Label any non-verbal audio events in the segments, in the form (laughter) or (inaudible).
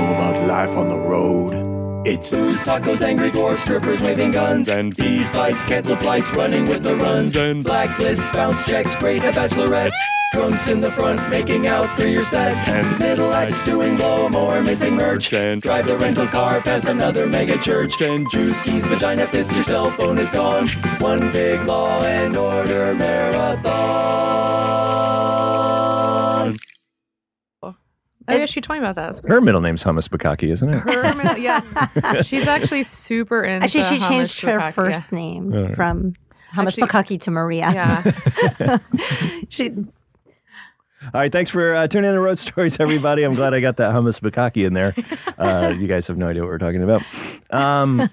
life on the road. It's Uh, Booze, tacos, angry dwarfs, strippers waving guns, And bees fights, cancel flights, running with the runs, And- blacklists, bounce checks, great a bachelorette, drunks in the front making out through your set, And- middle acts doing blow more missing merch, And- drive the rental car past another mega church, And- juice keys, vagina fist, your cell phone is gone, one big law and order marathon. Oh, yeah, she told me about (laughs) that. It was Her middle name's Hummus Bukaki, isn't it? Her middle- yes, she's actually super into. Actually, she hummus changed her bukkake. first name All right. from Hamas Actually- Bakaki to Maria. Yeah. yeah. (laughs) she, All right, thanks for uh, tuning in to Road Stories, everybody. I'm glad I got that hummus bukkake in there. Uh, you guys have no idea what we're talking about. Um,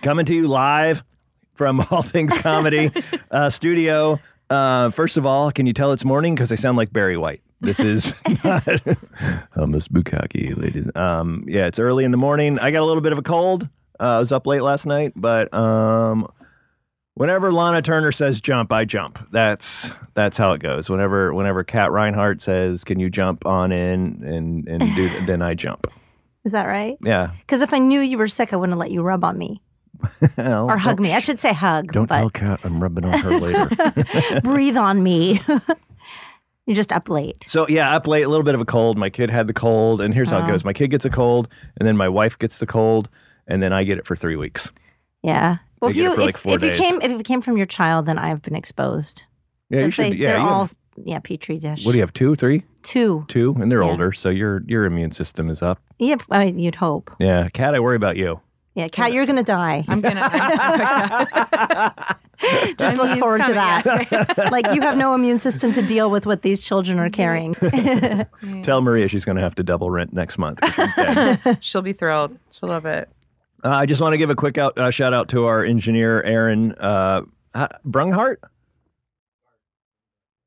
coming to you live from (laughs) All Things Comedy uh, Studio. Uh, first of all, can you tell it's morning? Because I sound like Barry White. This is (laughs) not hummus bukkake, ladies. Um, yeah, it's early in the morning. I got a little bit of a cold. Uh, I was up late last night, but um, Whenever Lana Turner says jump, I jump. That's that's how it goes. Whenever whenever Kat Reinhardt says, "Can you jump on in and and do," th- then I jump. is that right? Yeah. (laughs) Because if I knew you were sick, I wouldn't let you rub on me Well, or hug don't- me. I should say hug, Don't tell but Kat I'm rubbing on her (laughs) later. breathe on me. (laughs) You're just up late. so yeah, up late, a little bit of a cold. My kid had the cold, and here's Oh. how it goes: my kid gets a cold, and then my wife gets the cold, and then I get it for three weeks. Yeah. Well, if They get it you for, like, if, four if you days. came if it came from your child, then I've been exposed. Yeah, you 'Cause should. they, be- yeah, they're you have- all yeah petri dish. what do you have? Two, three, Two. two, and they're Yeah. older, so your your immune system is up. Yep. I mean, you'd hope. Yeah, Kat, I worry about you. Yeah, Kat, you're gonna die. I'm gonna. I'm, Just look forward to that. like you have no immune system to deal with what these children are Mm-hmm. (laughs) carrying. Tell Maria she's going to have to double rent next month. 'cause she's dead. (laughs) She'll be thrilled. She'll love it. uh, I just want to give a quick out, uh, shout out to our engineer, Aaron uh, uh, Brunghart.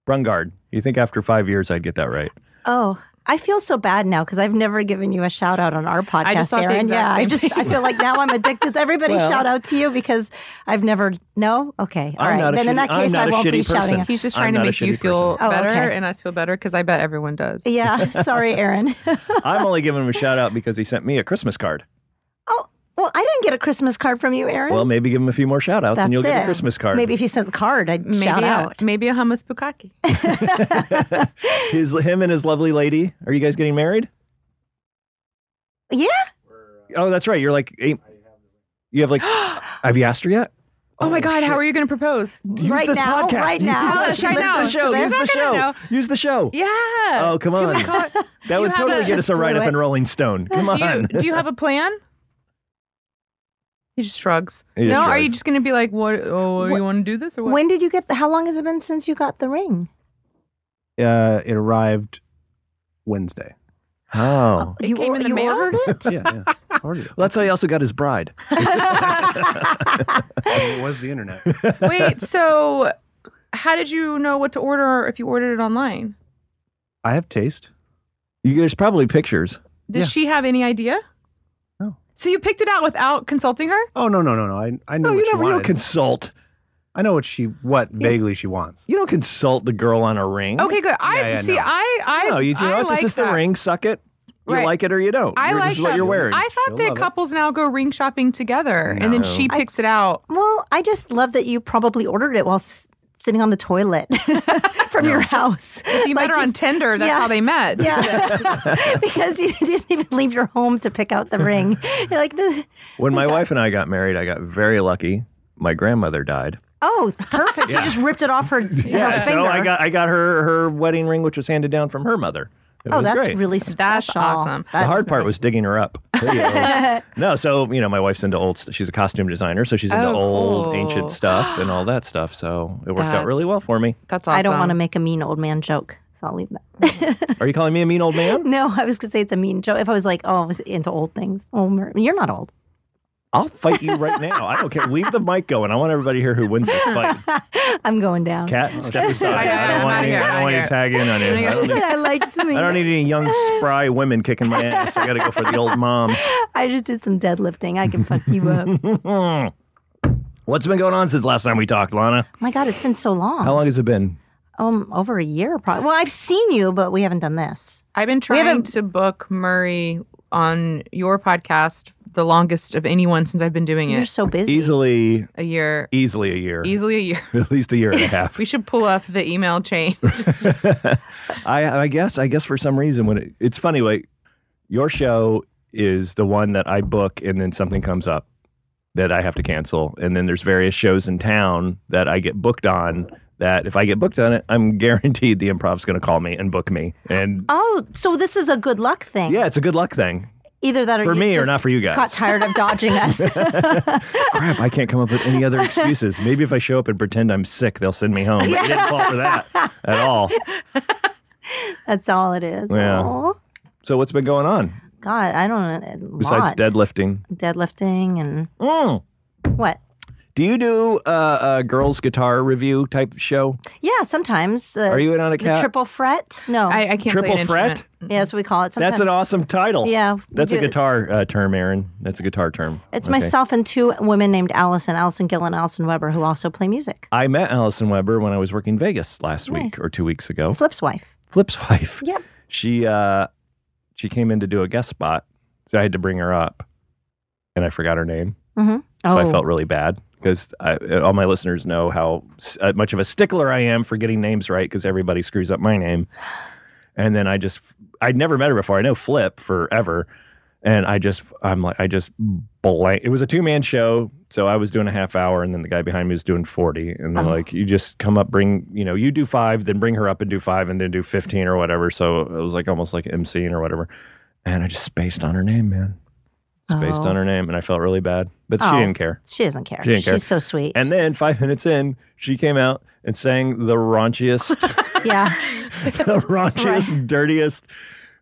Brungard. You think after five years I'd get that right? Oh, I feel so bad now because I've never given you a shout out on our podcast, just thought the Aaron. exact yeah, I same just I thing. feel like now I'm addicted. Does everybody shout out to you because I've never no? Okay, all I'm right. not a Then in shitty- that I'm case, not I a won't be shitty person. shouting. out. He's just I'm trying to not a make you shitty feel person. Oh, better, okay. and us feel better because I bet everyone does. Yeah, (laughs) sorry, Aaron. I'm only giving him a shout out because he sent me a Christmas card. oh, well, I didn't get a Christmas card from you, Aaron. Well, maybe give him a few more shout outs That's and you'll it. get a Christmas card. Maybe if you sent the card, I'd Maybe shout a, out. Maybe a hummus (laughs) bukkake. (laughs) his, him and his lovely lady. Are you guys getting married? Yeah, Oh, that's right. You're like eight. You have like, have you asked her yet? Oh, my God! How are you gonna propose? Use Right this now, podcast. right Use- now. use- Oh, Use right now. the show. They're Use the not gonna show. know. Use the show. Yeah. Oh, come Can we on. call (laughs) it- That Do would you have totally a- get us a write up in Fluid. Rolling Stone. Come do you, (laughs) on. do you have a plan? He just shrugs. He just no, are you shrugs. just going to be like, what? Oh, you want to do this or what? when did you get? The, how long has it been since you got the ring? Uh, it arrived Wednesday. Oh. It you came in the you mail? ordered (laughs) it. Yeah, yeah. I (laughs) ordered it. Well, that's how he also got his bride. I mean, it was the internet. (laughs) Wait, so how did you know what to order if you ordered it online? (laughs) I have taste. You, there's probably pictures. Did Yeah. she have any idea? No. So you picked it out without consulting her? Oh no no no no! I I know No, what you she never. You don't wanted. consult. I know what she what vaguely she wants. You don't consult the girl on a ring. Okay, good. I Yeah, yeah, see. no. I I No, you do I not. like this is that. the ring. Suck it. You Right. like it or you don't. I You're- like this is what that. you're wearing. I thought She'll that love it. couples now go ring shopping together, and then she picks it out. Well, I just love that you probably ordered it while s- sitting on the toilet (laughs) from your house. If you Like, met her on just- Tinder, that's yeah. how they met. (laughs) Yeah, because you didn't even leave your home to pick out the ring. You're like, "This- when my wife and I got married, I got very lucky. My grandmother died. oh, perfect. You just ripped it off (laughs) her, her finger. so I got I got her her wedding ring, which was handed down from her mother. It oh, was that's great. really special. That's awesome. the That's hard part was digging (laughs) her up. no, so you know, my wife's into old. She's a costume designer, so she's into Oh, old, cool. ancient stuff and all that stuff. So it worked out really That's- well for me. That's awesome. I don't want to make a mean old man joke, so I'll leave that. (laughs) Are you calling me a mean old (laughs) man? (laughs) No, I was gonna say it's a mean joke. If I was like, oh, I was into old things. Oh, Mer- you're not old. I'll fight you right now. I don't care. Leave the mic going. I want everybody here who wins this (laughs) fight. I'm going down. Oh, Cat, step aside. I- I- I don't I'm want outta any. here, I outta don't want any here. tag in on Outta it. here. (laughs) I don't need- I like to mean. (laughs) I don't need any young (laughs) spry women kicking my ass. I got to go for the old moms. (laughs) I just did some deadlifting. I can fuck you (laughs) up. oh What's been going on since last time we talked, Lana? my god, it's been so long. How long has it been? Um, over a year, probably. Well, I've seen you, but we haven't done this. I've been trying haven't- to book Murray on your podcast the longest of anyone since I've been doing You're it. so busy. Easily, A year, easily a year, easily a year. (laughs) (laughs) at least a year and a half. We should pull up the email chain. Just- just- (laughs) I, I guess, I guess for some reason when it, it's funny, like your show is the one that I book and then something comes up that I have to cancel. And then there's various shows in town that I get booked on that if I get booked on it, I'm (laughs) guaranteed the improv's going to call me and book me. And Oh, so this is a good luck thing. yeah, it's a good luck thing. Either that or For you me or just not for you guys. Got tired of (laughs) dodging us. (laughs) Crap, I can't come up with any other excuses. Maybe if I show up and pretend I'm sick, they'll send me home. But I didn't fall for that at all. That's all it is. Yeah. Aw. So what's been going on God, I don't know. a besides lot. deadlifting? deadlifting and Mm. what? Do you do uh, a girls guitar review type show? Yeah, sometimes. Uh, Are you in on a the cat? triple fret? No. I, I can't play Triple an fret? instrument. yeah, that's what we call it. Sometimes. That's an awesome title. Yeah, we That's a do it. guitar uh, term, Aaron. That's a guitar term. It's Okay. myself and two women named Allison, Allison Gill and Allison Weber, who also play music. I met Allison Weber when I was working Vegas last week Nice. or two weeks ago. Flip's wife. Flip's (laughs) wife. Yep. She uh, she came in to do a guest spot, so I had to bring her up, and I forgot her name. Mm-hmm. So I felt really bad because all my listeners know how s- uh, much of a stickler I am for getting names right because everybody screws up my name. And then I just, I'd never met her before. I know Flip forever. And I just, I'm like, I just blank. It was a two man show. So I was doing a half hour and then the guy behind me was doing 40. And then, like, you just come up, bring, you know, you do five, then bring her up and do five and then do 15 or whatever. So it was like almost like MCing or whatever. And I just spaced on her name, man. Spaced Oh. on her name. And I felt really bad, but she Oh. didn't care. she doesn't care. She didn't care. She's so sweet. And then five minutes in, she came out and sang the (laughs) raunchiest, (laughs) yeah. the raunchiest, dirtiest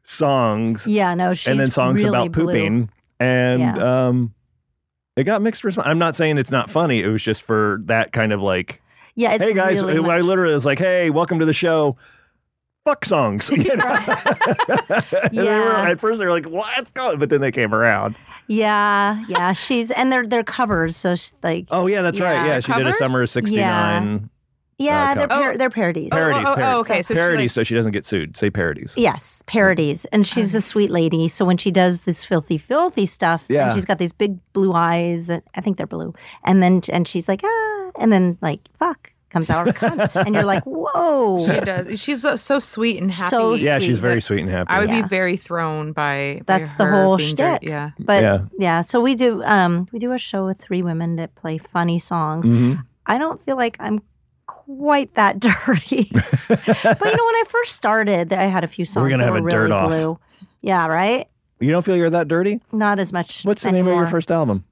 songs, Yeah, no, she's and then songs really about blue. pooping. And Yeah. um, it got mixed response. I'm not saying it's not funny. It was just for that kind of like, Yeah, it's hey guys, really I much- literally was like, hey, welcome to the show. Fuck songs. (laughs) (laughs) You know? And they were- Yeah. at first they were like, "What's going?" But then they came around. Yeah, yeah, she's and they're they're covers, so she's like Oh yeah, that's right. Yeah, Yeah, she did a covers? summer of '69 yeah, okay. they're par- Oh. they're parodies. parodies. Oh, oh, oh, parodies. okay. So she, like- parodies, so she doesn't get sued. Say parodies. Yes, parodies. And she's a sweet lady. So when she does this filthy, filthy stuff, Yeah. and she's got these big blue eyes. And I think they're blue. And then and she's like, ah, and then like, fuck, comes out cunt. And you're like, whoa. She (laughs) does. She's so, so sweet and happy. So Yeah, sweet. she's very sweet and happy. I would Yeah. be very thrown by, by That's the her whole being dirty. shtick. Yeah. But Yeah. yeah. so we do um we do a show with three women that play funny songs. Mhm. I don't feel like I'm quite (laughs) that (laughs) dirty. but you know, when I first started, I had a few songs We're gonna that have were a really dirt off. blue. Yeah, right? Mm-hmm. You don't feel you're that dirty? Not as much. What's the name of anymore. your first album?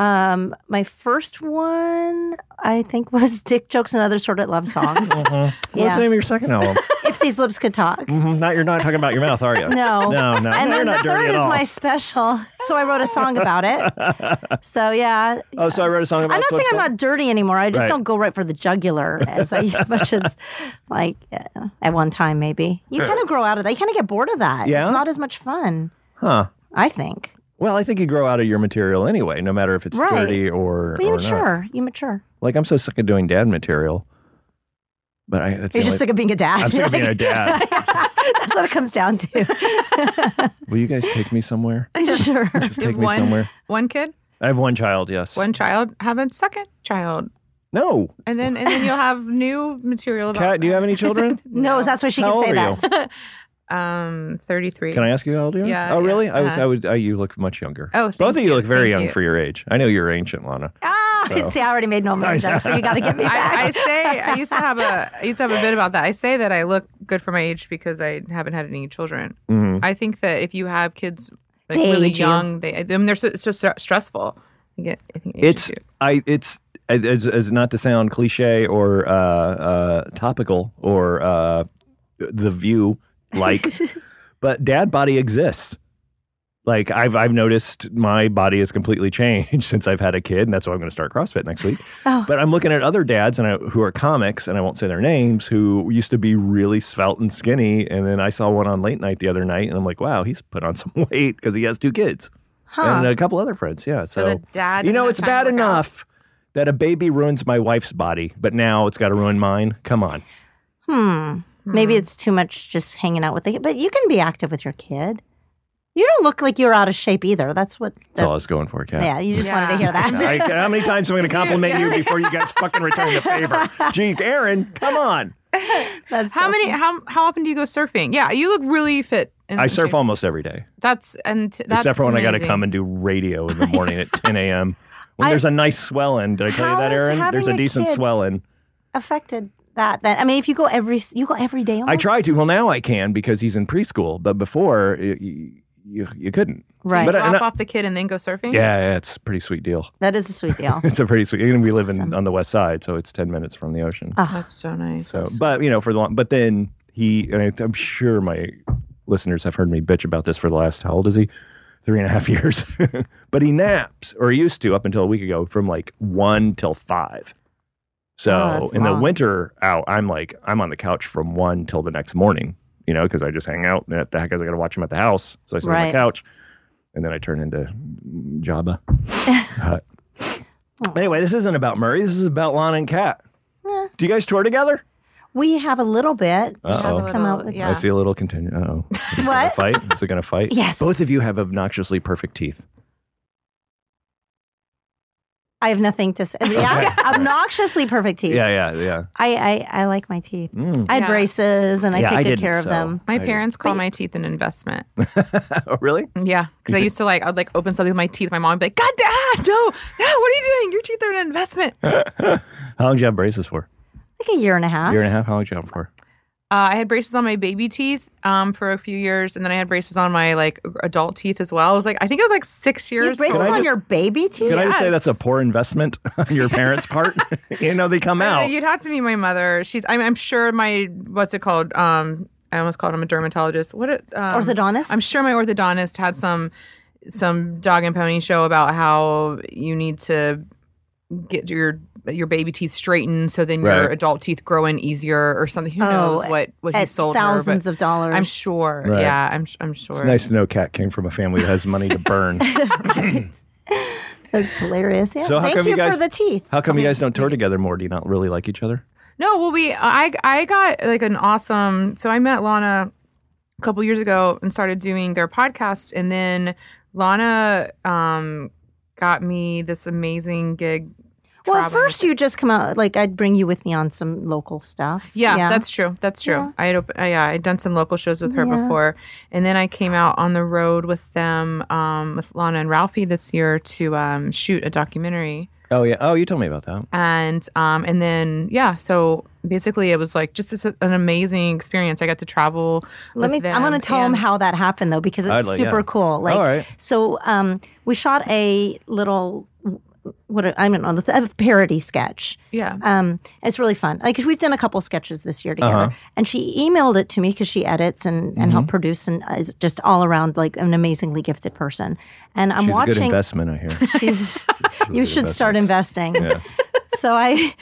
Um, my first one, I think, was "Dick Jokes and Other Sort of (laughs) Love Songs." What's (laughs) Yeah. the name of your second (laughs) album? if these lips could talk, Mhm, not you're not talking about your mouth, are you? no, no, no. And you're then the not dirty third at is all. my special, so I wrote a song about it. (laughs) So yeah, oh, so I wrote a song about. I'm not saying I'm not dirty anymore. I just Right. don't go right for the jugular as I, (laughs) much as like uh, at one time maybe. You kind of grow out of that. You kind of get bored of that. Yeah? It's not as much fun, Huh. I think. Well, I think you grow out of your material anyway, no matter if it's Right. dirty or, But you or not. mature. You mature. Like I'm so sick of doing dad material, but I. That's the You're just only- sick of being a dad. I'm sick of being a Like, dad. (laughs) That's what it comes down to. Will you guys take me (laughs) somewhere? sure. (laughs) Just take me One- somewhere. One kid, I have one child. Yes. one child, have a second child, No. and then and then you'll have new material about. Kat, do you have any (laughs) children? No, that's why she How can say old that. (laughs) Um, thirty-three. Can I ask you how old you are? Yeah, Oh, yeah, really? I was. uh-huh. I was. I, you look much younger. Oh, both thank of you you, look very thank young you. for your age. I know you're ancient, Lana. Ah, So- see, I already made no more joke, so you got to (laughs) get me back. (laughs) I, I say I used to have a I used to have a bit about that. I say that I look good for my age because I haven't had any children. Mhm. I think that if you have kids like They really age you. young, they I mean, they're so, it's just so stressful. I get, I think it ages It's you. I it's as, as not to sound cliche or uh, uh, topical or uh, the view like, but dad body exists. Like I've I've noticed my body has completely (laughs) changed since I've had a kid, and that's why I'm going to start CrossFit next week. Oh. But I'm looking at other dads and I, who are comics, and I won't say their names, who used to be really svelte and skinny, and then I saw one on late night the other night, and I'm like, wow, he's put on (laughs) some weight because he has two kids and a couple other friends. Yeah, so, So the dad you know, doesn't it's have time bad to work out. enough that a baby ruins my wife's body, but now it's got to ruin mine. Come on, Hmm. Maybe it's too much just hanging out with the kid, but you can be active with your kid. You don't look like you're out of shape either. That's what. That's all I that- was going for, Kat. yeah, you just wanted to hear (laughs) that. (laughs) I, how many times am I going to compliment you Yeah. before you guys fucking return the favor? Gee, Aaron, come on. That's How so- many? How how often do you go surfing? Yeah, you look really fit. and I in surf shape. almost every day, That's and t- that's except for when I got to amazing. come and do radio in the morning (laughs) at 10 a.m. When I- there's a nice swell in. Did I tell you How that, is Aaron? having There's a a decent kid- swell in. affected that? That I mean, if you go every you go every day. Almost? I try to. Well, now I can because he's in preschool, but before you, you, you couldn't. Right. But I- and drop I- off the kid and then go surfing. yeah, yeah, it's a pretty sweet deal. (laughs) That is a sweet deal. It's a pretty sweet. And we live in, awesome. on the west side, so it's 10 minutes from the ocean. Oh, that's so nice. So, but you know, for the long, but then he, and I, I'm sure my listeners have heard me bitch about this for the last, how old is he? Three and a half (laughs) years. but he naps, or he used to up until a week ago, from like one till five. Oh, So that's in the long. winter out, I'm like, I'm on the couch from one till the next morning, you know, because I just hang out. And the heck is I got to watch him at the house? So I sit on the Right. couch and then I turn into (laughs) Jabba. Hut. Anyway, this isn't about Murray. This is about Lana and Kat. Do you guys tour together? we have a little bit. Uh-oh. Just come out with- yeah. I see a little continue. Oh, What? fight? Is it going to fight? (laughs) Yes. Both of you have obnoxiously perfect teeth. I have nothing to say. Yeah, obnoxiously perfect teeth. Yeah, yeah, Mm. yeah. I, I I like my teeth. I had Yeah. braces and I Yeah, take I good didn't, care of so- them. My I- parents call my teeth an investment. (laughs) Oh, really? Yeah, because I used to like I'd like open something with my teeth. My mom would be like, "God, Dad, no, no, what are you doing? Your teeth are an (laughs) investment." Uh, How long did you have braces for? Like a year and a half. year and a half? How long did you have them for? I had braces on my baby teeth um, for a few years, and then I had braces on my like adult teeth as well. I was like, I think it was like six you have years. braces total. on just- your baby teeth. Can I just say that's a Yes. poor investment (laughs) on your parents' part? (laughs) (laughs) you know, they come Uh, out. You'd have to meet my mother. She's. I'm, I'm sure my what's it called? Um, I almost called him a dermatologist. What it- um, Orthodontist? I'm sure my orthodontist had some some dog and pony show about how you need to get your your baby teeth straightened so then your Right. adult teeth grow in easier or something. Who Oh, knows what what he at sold thousands her? of dollars. But I'm sure. Right. Yeah, I'm I'm sure. It's nice to know Kat came from a family that has money to (laughs) burn. That's hilarious. Yeah. So how Thank come you you guys- for the teeth. How come you guys don't (laughs) tour together more? Do you not really like each other? No, well, we I I got like an awesome. So I met Lana a couple years ago and started doing their podcast, and then Lana um got me this amazing gig. Well, traveling first you just come out like I'd bring you with me on some local stuff. Yeah, that's true. That's true. I had open, uh, yeah, I'd done some local shows with her Yeah. before, and then I came out on the road with them um, with Lana and Ralphie this year to um, shoot a documentary. Oh, yeah. Oh, you told me about that. and um and then yeah so basically it was like just this, an amazing experience i got to travel Let me. with them I want to tell and- them how that happened though, because I'd it's like- super yeah. cool. Like, All right. so um, we shot a little what I don't know a parody sketch. yeah Um, it's really fun. Like 'cause we've done a couple sketches this year Uh-huh. together, and she emailed it to me because she edits and, and Mm-hmm. helped produce and is just all around like an amazingly gifted person. And I'm She's a good watching. investment, I (laughs) hear. She's, you should start investing. (laughs) So I,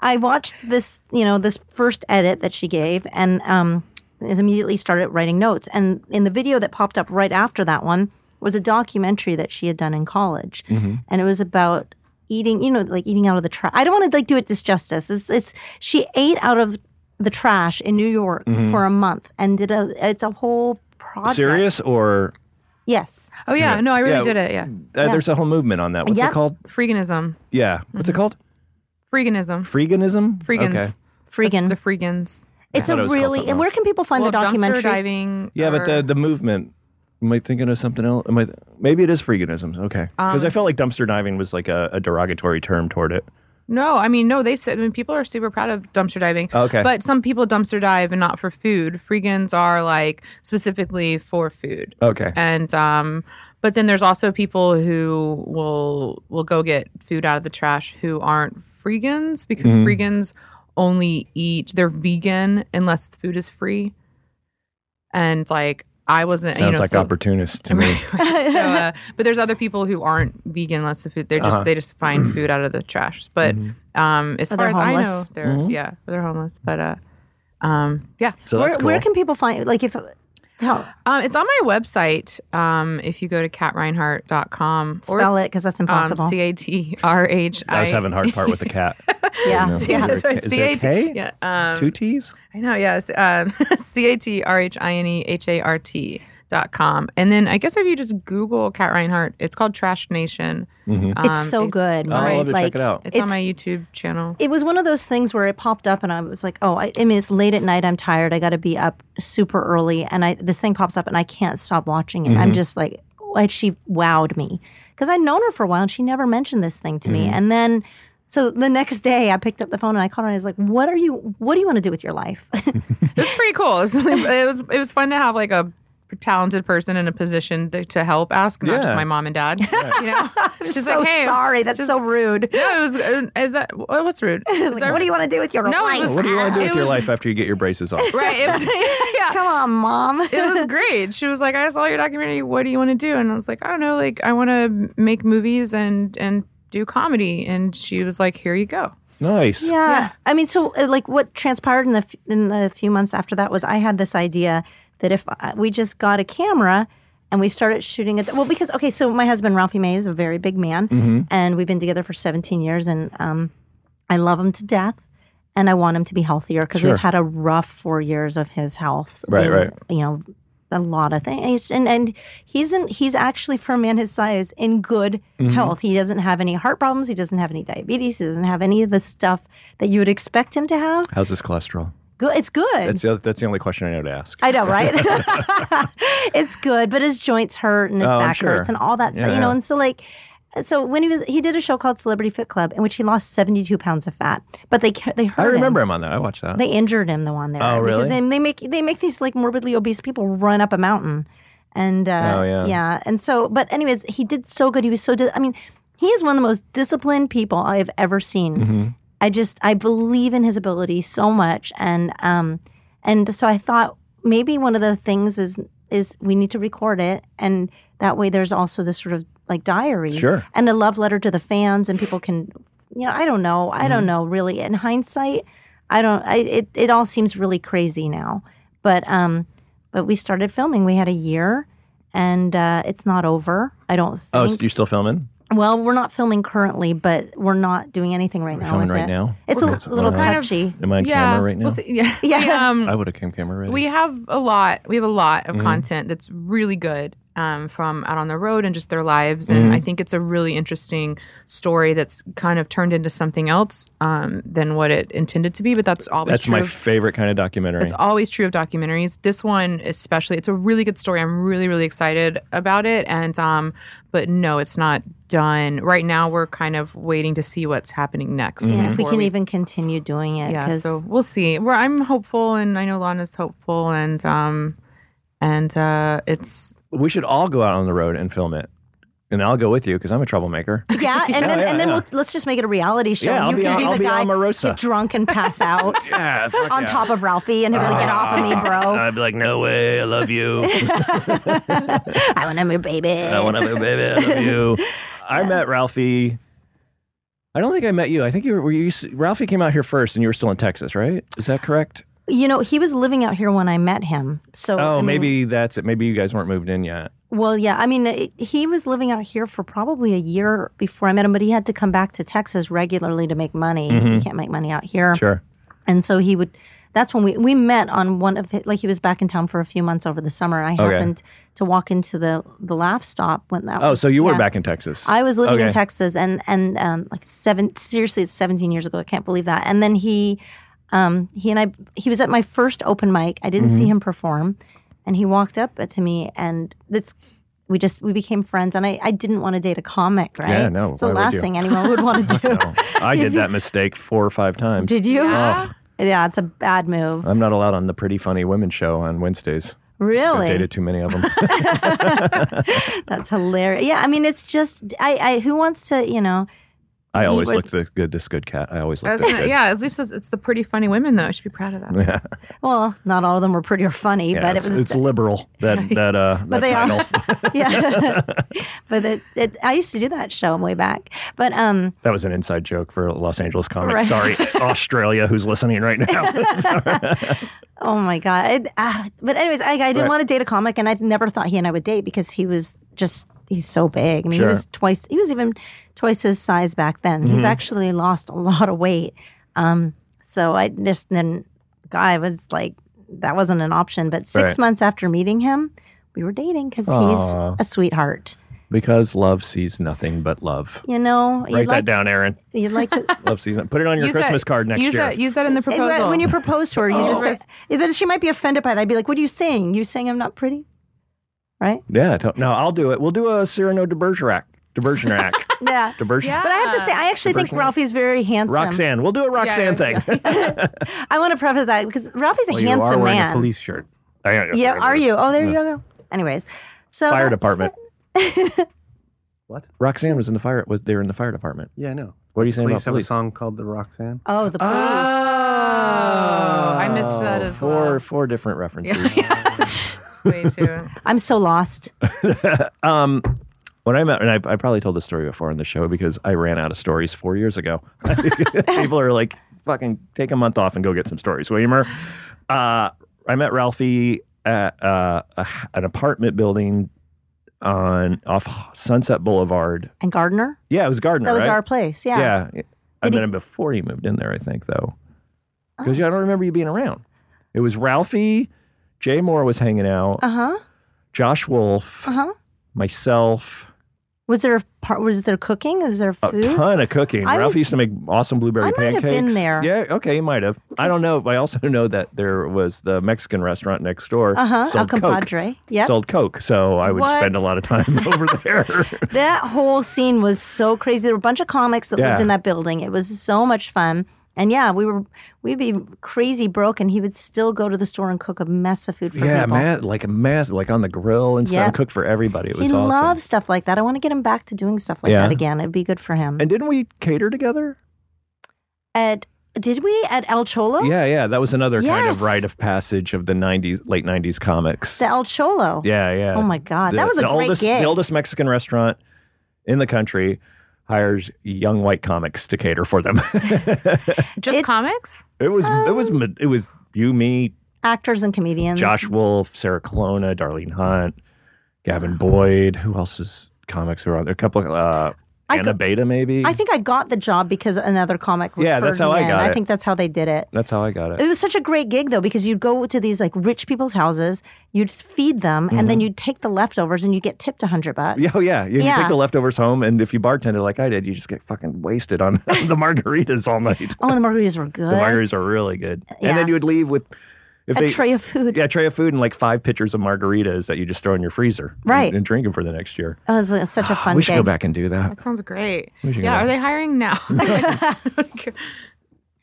I watched this, you know, this first edit that she gave, and um, is immediately started writing notes. And in the video that popped up right after that one was a documentary that she had done in college, Mm-hmm. and it was about eating, you know, like eating out of the trash. I don't want to like do it this justice. It's, it's she ate out of the trash in New York for a month and did a. It's a whole project. Mm-hmm. Serious or Yes. oh yeah no i really Yeah. did it yeah uh, there's a whole movement on that. What's Yep. Mm-hmm. it called? freeganism Yeah. What's it called? freeganism Freeganism? freegans Okay. Freegan. the freegans it's thought it a was called really. something And where else. can people find well, the dumpster documentary? diving Yeah, but or- the the movement. Am I thinking of something else? Am I maybe it is freeganisms? Okay, Um, because I felt like dumpster diving was like a, a derogatory term toward it. no i mean no they said I mean, people are super proud of dumpster diving Oh, Okay. but some people dumpster dive and not for food freegans are like specifically for food Okay, and um but then there's also people who will will go get food out of the trash who aren't freegans because Mm-hmm. freegans only eat they're vegan unless the food is free and like i wasn't sounds you know like so, opportunist (laughs) to me. so, uh, but there's other people who aren't vegan unless the food they're Uh-huh. just they just (clears throat) find food out of the trash but Mm-hmm. um as far Or they're as i know homeless. they're yeah they're homeless but uh um yeah So where, that's cool. where can people find like if how, Um, it's on my website. Um, if you go to catreinhart.com spell it because that's um, impossible. C A T R H I. I was having a hard part with (laughs) the cat. yeah, No. yeah. Is there a K- is C there a A K? T. Yeah. Um, Two T's. (laughs) I know. Yes. Um, C A T R H I N E H A R T com. And then I guess if you just Google Cat Reinhardt, it's called Trash Nation. Mhm. Um, it's so it- good. I'll right. have to check Like, it out. It's, on It's- my YouTube channel. it was one of those things where it popped up and I was like, oh, I, I mean, it's late at night. I'm tired. I got to be up super early. And I this thing pops up and I can't stop watching it. Mm-hmm. I'm just like, and she wowed me because I'd known her for a while and she never mentioned this thing to me. Mm-hmm. And then, so the next day I picked up the phone and I called her and I was like, what are you, what do you want to do with your life? (laughs) It was pretty cool. It was, (laughs) it was it was fun to have like a talented person in a position to, to help ask, not just Yeah. my mom and dad. You (laughs) know, she's so like, hey, sorry. That's so rude. no, it was. uh, Is that wha- what's (laughs) rude? Is Like, that- what do you want to do with your No, it life? was- What do you want to do It with your was- life after you get your braces off? Right. It (laughs) was, yeah. (laughs) Come on, mom. it was great. She was like, "I saw your documentary. What do you want to do?" And I was like, "I don't know. Like, I want to make movies and and do comedy." And she was like, "Here you go." Nice. (laughs) Yeah. I mean, so uh, like what transpired in the f- in the few months after that was I had this idea that if I, we just got a camera and we started shooting it, well, because okay, so my husband Ralphie May is a very big man, and we've been together for 17 years, and um, I love him to death. And I want him to be healthier because Sure. we've had a rough four years of his health. Right, being, right. You know, a lot of things, and and he's in, he's actually for a man his size in good Mm-hmm. health. He doesn't have any heart problems. He doesn't have any diabetes. He doesn't have any of the stuff that you would expect him to have. How's his cholesterol? Good, it's good. That's the, that's the only question I know to ask. I (laughs) know, right? (laughs) it's good, but his joints hurt and his Oh, I'm back sure. hurts and all that stuff, Yeah. you know. And so, like, so when he was, he did a show called Celebrity Fit Club in which he lost seventy two pounds of fat, but they ca- they hurt I remember Him. him on that. I watched that. They injured him the one there. Oh, really? Because they, they make they make these like morbidly obese people run up a mountain, and uh, Oh, yeah. and so but anyways, he did so good. He was so. Di- I mean, he is one of the most disciplined people I have ever seen. Mm-hmm. I just I believe in his ability so much, and um, and so I thought maybe one of the things is is we need to record it, and that way there's also this sort of like diary, Sure. and a love letter to the fans, and people can, you know, I don't know, I Mm-hmm. don't know really. In hindsight, I don't. I it it all seems really crazy now, but um, but we started filming. We had a year, and uh, it's not over. I don't. Think. oh, so you're still filming? Well, we're not filming currently, but we're not doing anything right now. filming with right it. now? It's a We're- l- little we're kind of- touchy. Am I on yeah, camera right now? We'll see. Yeah, Yeah. We, I (laughs) um, would have came camera ready. we have a lot. We have a lot Mm-hmm. of content that's really good um, from out on the road and just their lives. And Mm-hmm. I think it's a really interesting story that's kind of turned into something else um, than what it intended to be. But that's always that's true. my of- favorite kind of documentary. It's always true of documentaries. This one especially, it's a really good story. I'm really really excited about it and um but no, it's not done. Right now we're kind of waiting to see what's happening next. Mm-hmm. Yeah, if we before can even continue doing it. Yeah, 'cause- so we'll see. Where I'm hopeful and I know Lana's hopeful and um and uh it's we should all go out on the road and film it. And I'll go with you because I'm a troublemaker. (laughs) (laughs) yeah, and then yeah, and then yeah. We'll, let's just make it a reality show. Yeah, I'll you be can on- be I'll the be guy on Marosa. get drunk and pass out (laughs) yeah, fuck on yeah. top of Ralphie, and he'll be like, "Get off of me, (laughs) bro! I'd be like, no way, I love (laughs) you. I want to be baby." I want to be baby, I love (laughs) you. I met Ralphie. I don't think I met you. I think you were, were you, Ralphie came out here first and you were still in Texas, right? Is that correct? you know, he was living out here when I met him. So I Oh, mean, maybe that's it. Maybe you guys weren't moved in yet. Well, yeah. I mean, it, he was living out here for probably a year before I met him, but he had to come back to Texas regularly to make money. Mm-hmm. You can't make money out here. Sure. And so he would. That's when we we met on one of his, like he was back in town for a few months over the summer. I Okay. happened to walk into the the laugh stop when that. Oh, was, so you were yeah. back in Texas. I was living in Okay. Texas, and and um, like seven seriously, it's seventeen years ago. I can't believe that. And then he, um, he and I, he was at my first open mic. I didn't Mm-hmm. see him perform, and he walked up to me, and that's we just we became friends. And I I didn't want to date a comic, right? Yeah, no, It's the why would last you? thing anyone would want to do. (laughs) I (laughs) did that mistake four or five times. Oh, Did you? Yeah. Yeah, it's a bad move. I'm not allowed on the Pretty Funny Women show on Wednesdays. I've Really? dated too many (laughs) of them. (laughs) That's hilarious. Yeah, I mean, it's just I, I who wants to, you know, I always would- looked the good. This good cat. I always I looked was this gonna, good. yeah, at least it's, it's the pretty funny women though. I should be proud of that. (laughs) Yeah. well, not all of them were pretty or funny, Yeah, but it's, it was it's liberal (laughs) that that uh that they are. title. (laughs) yeah. but it, it, I used to do that show way back. But um, (laughs) that was an inside joke for Los Angeles comics. Right. Sorry, (laughs) Australia, who's listening right now. (laughs) oh my god. It, ah, but anyways, I, I didn't Right. want to date a comic, and I never thought he and I would date because he was just he's so big. I mean, Sure. Mm-hmm. he was twice. He was even twice his size back then. He's actually lost a lot of weight. Um, so I just then guy was like that wasn't an option. But six Right. months after meeting him. we were dating because Aw. he's a sweetheart. Because love sees nothing but love. You know, Write that down, Aaron. You'd like to. Love sees nothing. Put it on your Use Christmas that, card next use year. That, use that in the (laughs) And proposal. when you propose to her, you just Right. say, but she might be offended by that. I'd be like, what are you saying? You saying I'm not pretty? Right? yeah. to- No, I'll do it. We'll do a Cyrano de Bergerac. De Bergerac. (laughs) Yeah. de Bergerac. Yeah. But I have to say, I actually think Roxanne. Ralphie's very handsome. Roxanne. We'll do a Roxanne yeah, thing. I want to preface that because Ralphie's a Oh, Well, Oh, you handsome are wearing man. a police shirt. (laughs) I don't know if yeah, it are is. you? Oh, there you go. Anyways, so Fire that's- department. (laughs) What? Roxanne was in the fire. Was they were in the fire department? Yeah, I know. What are you saying Police about have a police? song called "The Roxanne." Oh, the police. Ah. I missed that Oh, as four, well. Four different references. Yeah. (laughs) Way too. I'm so lost. um, (laughs) when I met, and I, I probably told this story before on the show because I ran out of stories four years ago. (laughs) People are like, fucking take a month off and go get some stories, Williamer. Uh, I met Ralphie at uh, a, an apartment building on off Sunset Boulevard. And (laughs) Gardner? Yeah, it was Gardner. That was right? our place. Yeah. Yeah. I met Did he- Oh. him before he moved in there, I think, though. Because yeah, I don't remember you being around. It was Ralphie, Jay Moore was hanging out, Uh huh. Josh Wolf, Uh huh. myself, Was there a part? Was there cooking? Was there a food? ton of cooking. I Ralphie was- used to make awesome blueberry I might have pancakes. been there. Yeah, okay, you might have. I don't know. but I also (laughs) know that there was the Mexican restaurant next door. Uh huh. El sold Coke. compadre. Yep. Sold Coke. So I would What? spend a lot of time (laughs) over (laughs) there. That whole scene was so crazy. There were a bunch of comics that Yeah. lived in that building. It was so much fun. And yeah, we were we'd be crazy broke, and he would still go to the store and cook a mess of food for yeah, people. man, like a mess, like on the grill and stuff. Yeah. Cook for everybody. It He was awesome. loves stuff like that. I want to get him back to doing stuff like Yeah. that again. It'd be good for him. and didn't we cater together? at did we at El Cholo? Yeah, yeah, that was another kind of Oh. Yes. rite of passage of the '90s, late '90s comics. The El Cholo. yeah, yeah. Oh my God, that was a the great oldest, gig. The oldest Mexican restaurant in the country hires young white comics to cater for them. (laughs) Just It's- comics? it was, it was, ma- it was you, me, Actors Um, and comedians. Josh Wolf, Sarah Colonna, Darlene Hunt, Gavin Boyd. Who else is comics who are on there? A couple. Uh, I Anna go- Beta, maybe. I think I got the job because another comic. Yeah, referred that's how me I in. got I it. think that's how they did it. that's how I got it. It was such a great gig though because you'd go to these like rich people's houses, you'd feed them, and then you'd take the leftovers and you get tipped a hundred bucks. Mm-hmm. Yeah, oh yeah. You Yeah. take the leftovers home, and if you bartended like I did, you just get fucking wasted on (laughs) the margaritas all night. Oh, and the margaritas were good. The margaritas are really good. And Yeah. then you would leave with if a they, tray of food. yeah, a tray of food and like five pitchers of margaritas that you just throw in your freezer. and- Right. And, drink them for the next year. Ah, It was uh, such a (sighs) fun we should gig. go back and do that. That sounds great. We should go Yeah, back. are they hiring (laughs) now? (laughs)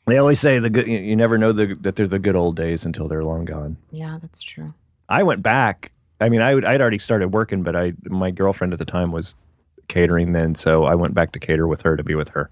They always say the good you, you never know the, that they're the good old days until they're long gone. yeah, that's true. I went back. I mean, I would, I'd already started working, but I my girlfriend at the time was catering then, so I went back to cater with her to be with her.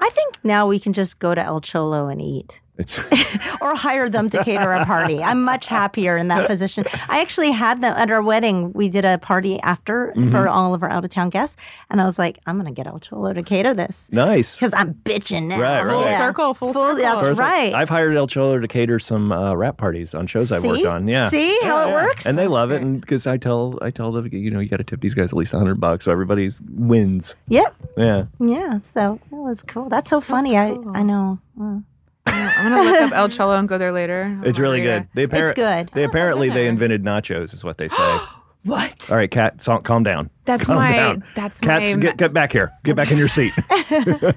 I think now we can just go to El Cholo and eat. It's (laughs) or hire them to cater a party. I'm much happier in that position. I actually had them at our wedding. We did a party after Mm-hmm. for all of our out of town guests, and I was like, I'm gonna get El Cholo to cater this nice. because I'm bitching now. Right, right. Full Yeah. circle, full, Full- circle. that's Or is it- right. I've hired El Cholo to cater some uh, rap parties on shows I've worked See? on. Yeah. See how Yeah, it yeah. works? And they love great. it. And because I tell, I tell them, you know, you got to tip these guys at least 100 bucks. So everybody wins. Yep. Yeah. Yeah. So that was cool. That's so funny. cool. I I know. Mm. I'm going to look up El Cholo and go there (laughs) later. It's Oh, really good. They It's good. Oh, They apparently they there. invented nachos, is what they (gasps) say. What? All right, Kat, so, calm down. That's calm my- Down. that's Kat's, my- Get, get back here. Get back in your (laughs) seat.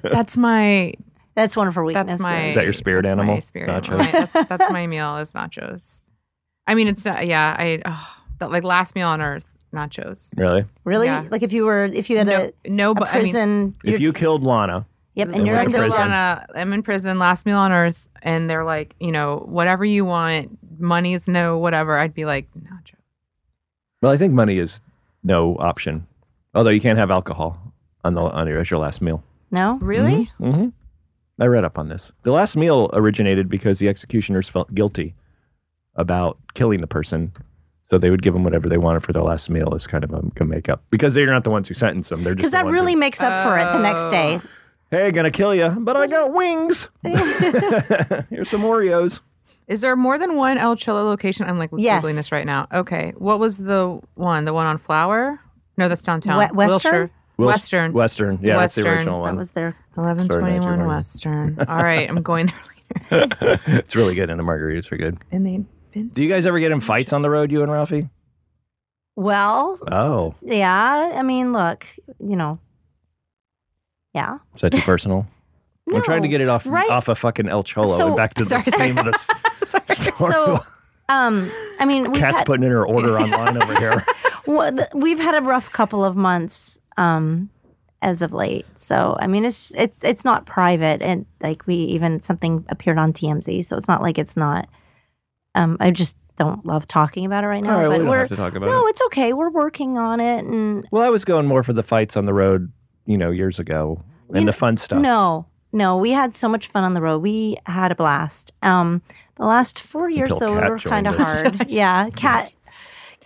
That's my That's one of her weaknesses. That's my. Is that your spirit that's animal? My spirit Nachos? animal. Right, That's, that's my meal. Is nachos. I mean, it's not. Yeah, I oh, that, like last meal on earth, nachos. really? (laughs) Really? Yeah. Like if you were if you had No, no, a, a but I mean, prison. If you killed Lana, yep. I'm And you're went in to still prison. on a- I'm in prison. Last meal on earth, and they're like, you know, whatever you want, money's no, whatever. I'd be like nachos. well, I think money is no option. Although you can't have alcohol on the on your, as your last meal. no. Really? hmm I read up on this. The last meal originated because the executioners felt guilty about killing the person. So they would give them whatever they wanted for their last meal as kind of a, a makeup because they're not the ones who sentenced them. They're just Because the that ones really makes up for it the next day. who, hey, gonna kill you, but I got (laughs) wings. (laughs) Here's some Oreos. Is there more than one El Cholo location? I'm like Yes. googling this right now. Okay, what was the one? The one on Flower? No, that's downtown. We- Western? Wilshire. Wil- Western. Western. Yeah, that's the Western. original That one. was their Eleven Sorry, twenty Nancy, one whatever. Western. All right, I'm going there later. it's really good, and the margaritas are good. (laughs) And they. Do you guys ever get in fights on the road, you and Ralphie? Well, Oh, yeah. I mean, look, you know, yeah. is that too personal? I'm trying to No, get it off right. off of fucking El Cholo So- and (laughs) back to the Sorry, theme of this. story. (laughs) So, um, I mean, we've Cat's had, putting in her (laughs) order online over here. well, th- we've had a rough couple of months um, as of late. So, I mean, it's it's it's not private, and like we even something appeared on TMZ, so it's not like it's not. Um, I just don't love talking about it right now. All right, but we don't are have to talk about it. no, it's okay. We're working on it, and Well, I was going more for the fights on the road, you know, years ago and You the know- fun stuff. no, no, we had so much fun on the road. We had a blast. Um, the last four years Until though Kat were kind of joined us. hard. yeah, cat.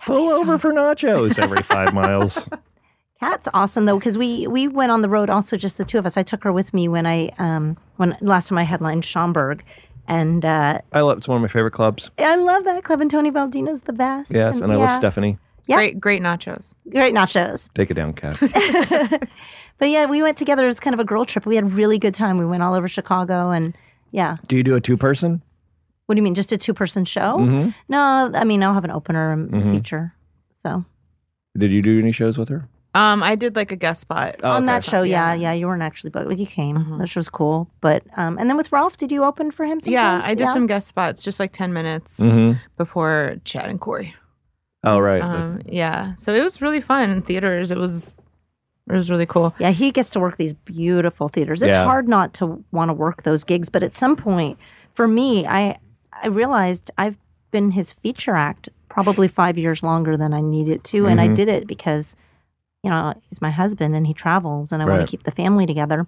Pull over for nachos every (laughs) five miles. Cat's awesome though because we we went on the road also just the two of us. I took her with me when I um when last time I headlined Schaumburg, and uh, I love it's one of my favorite clubs. I love that club. And Tony Baldino's the best. Yes, and I love yeah, Stephanie. Yeah. Great, great nachos. Great nachos. Take it down, (laughs) Cat. But yeah, we went together as kind of a girl trip. We had a really good time. We went all over Chicago and yeah. Do you do a two person? What do you mean? Just a two person show? Mm-hmm. No, I mean I'll have an opener and feature. So Did you do any shows with her? Um, I did like a guest spot. Oh, on okay. that show, yeah, Yeah. yeah, you weren't actually booked. You came, which was cool. But um, and then with Ralph, did you open for him? yeah, sometimes? I did some guest spots, just like ten minutes before Chad and Corey. Oh, Mm-hmm. right. Um, yeah, so it was really fun in theaters. It was, it was really cool. Yeah, he gets to work these beautiful theaters. It's Yeah. hard not to want to work those gigs, but at some point, for me, I I realized I've been his feature act probably five years longer than I needed to, and I did it because you know he's my husband and he travels, and I want Right. to keep the family together.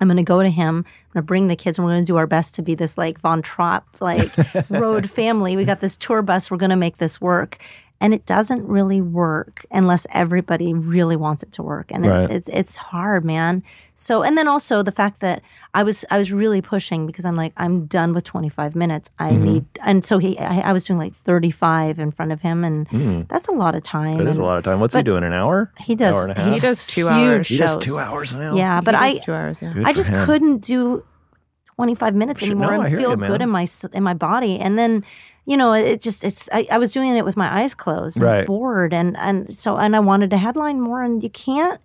I'm going to go to him. I'm going to bring the kids, and we're going to do our best to be this like Von Trapp (laughs) like road family. We got this tour bus. We're going to make this work, and it doesn't really work unless everybody really wants it to work, and Right. it, it's it's hard, man. So, and then also the fact that I was I was really pushing because I'm like I'm done with 25 minutes. I Mm-hmm. need, and so he I, I was doing like 35 in front of him, and that's a lot of time. Mm. Hmm. That is and a lot of time. What's he but- doing? An hour? He does. Hour and a half? He does two huge hours. He does shows. two hours now. Yeah, but He I does two hours. Yeah. Good I for just him. couldn't do 25 minutes Sure, anymore no, I and hear feel you, man. good in my s- in my body. And then, you know, it just it's I, I was doing it with my eyes closed, and Right. bored, and and so and I wanted to headline more, and you can't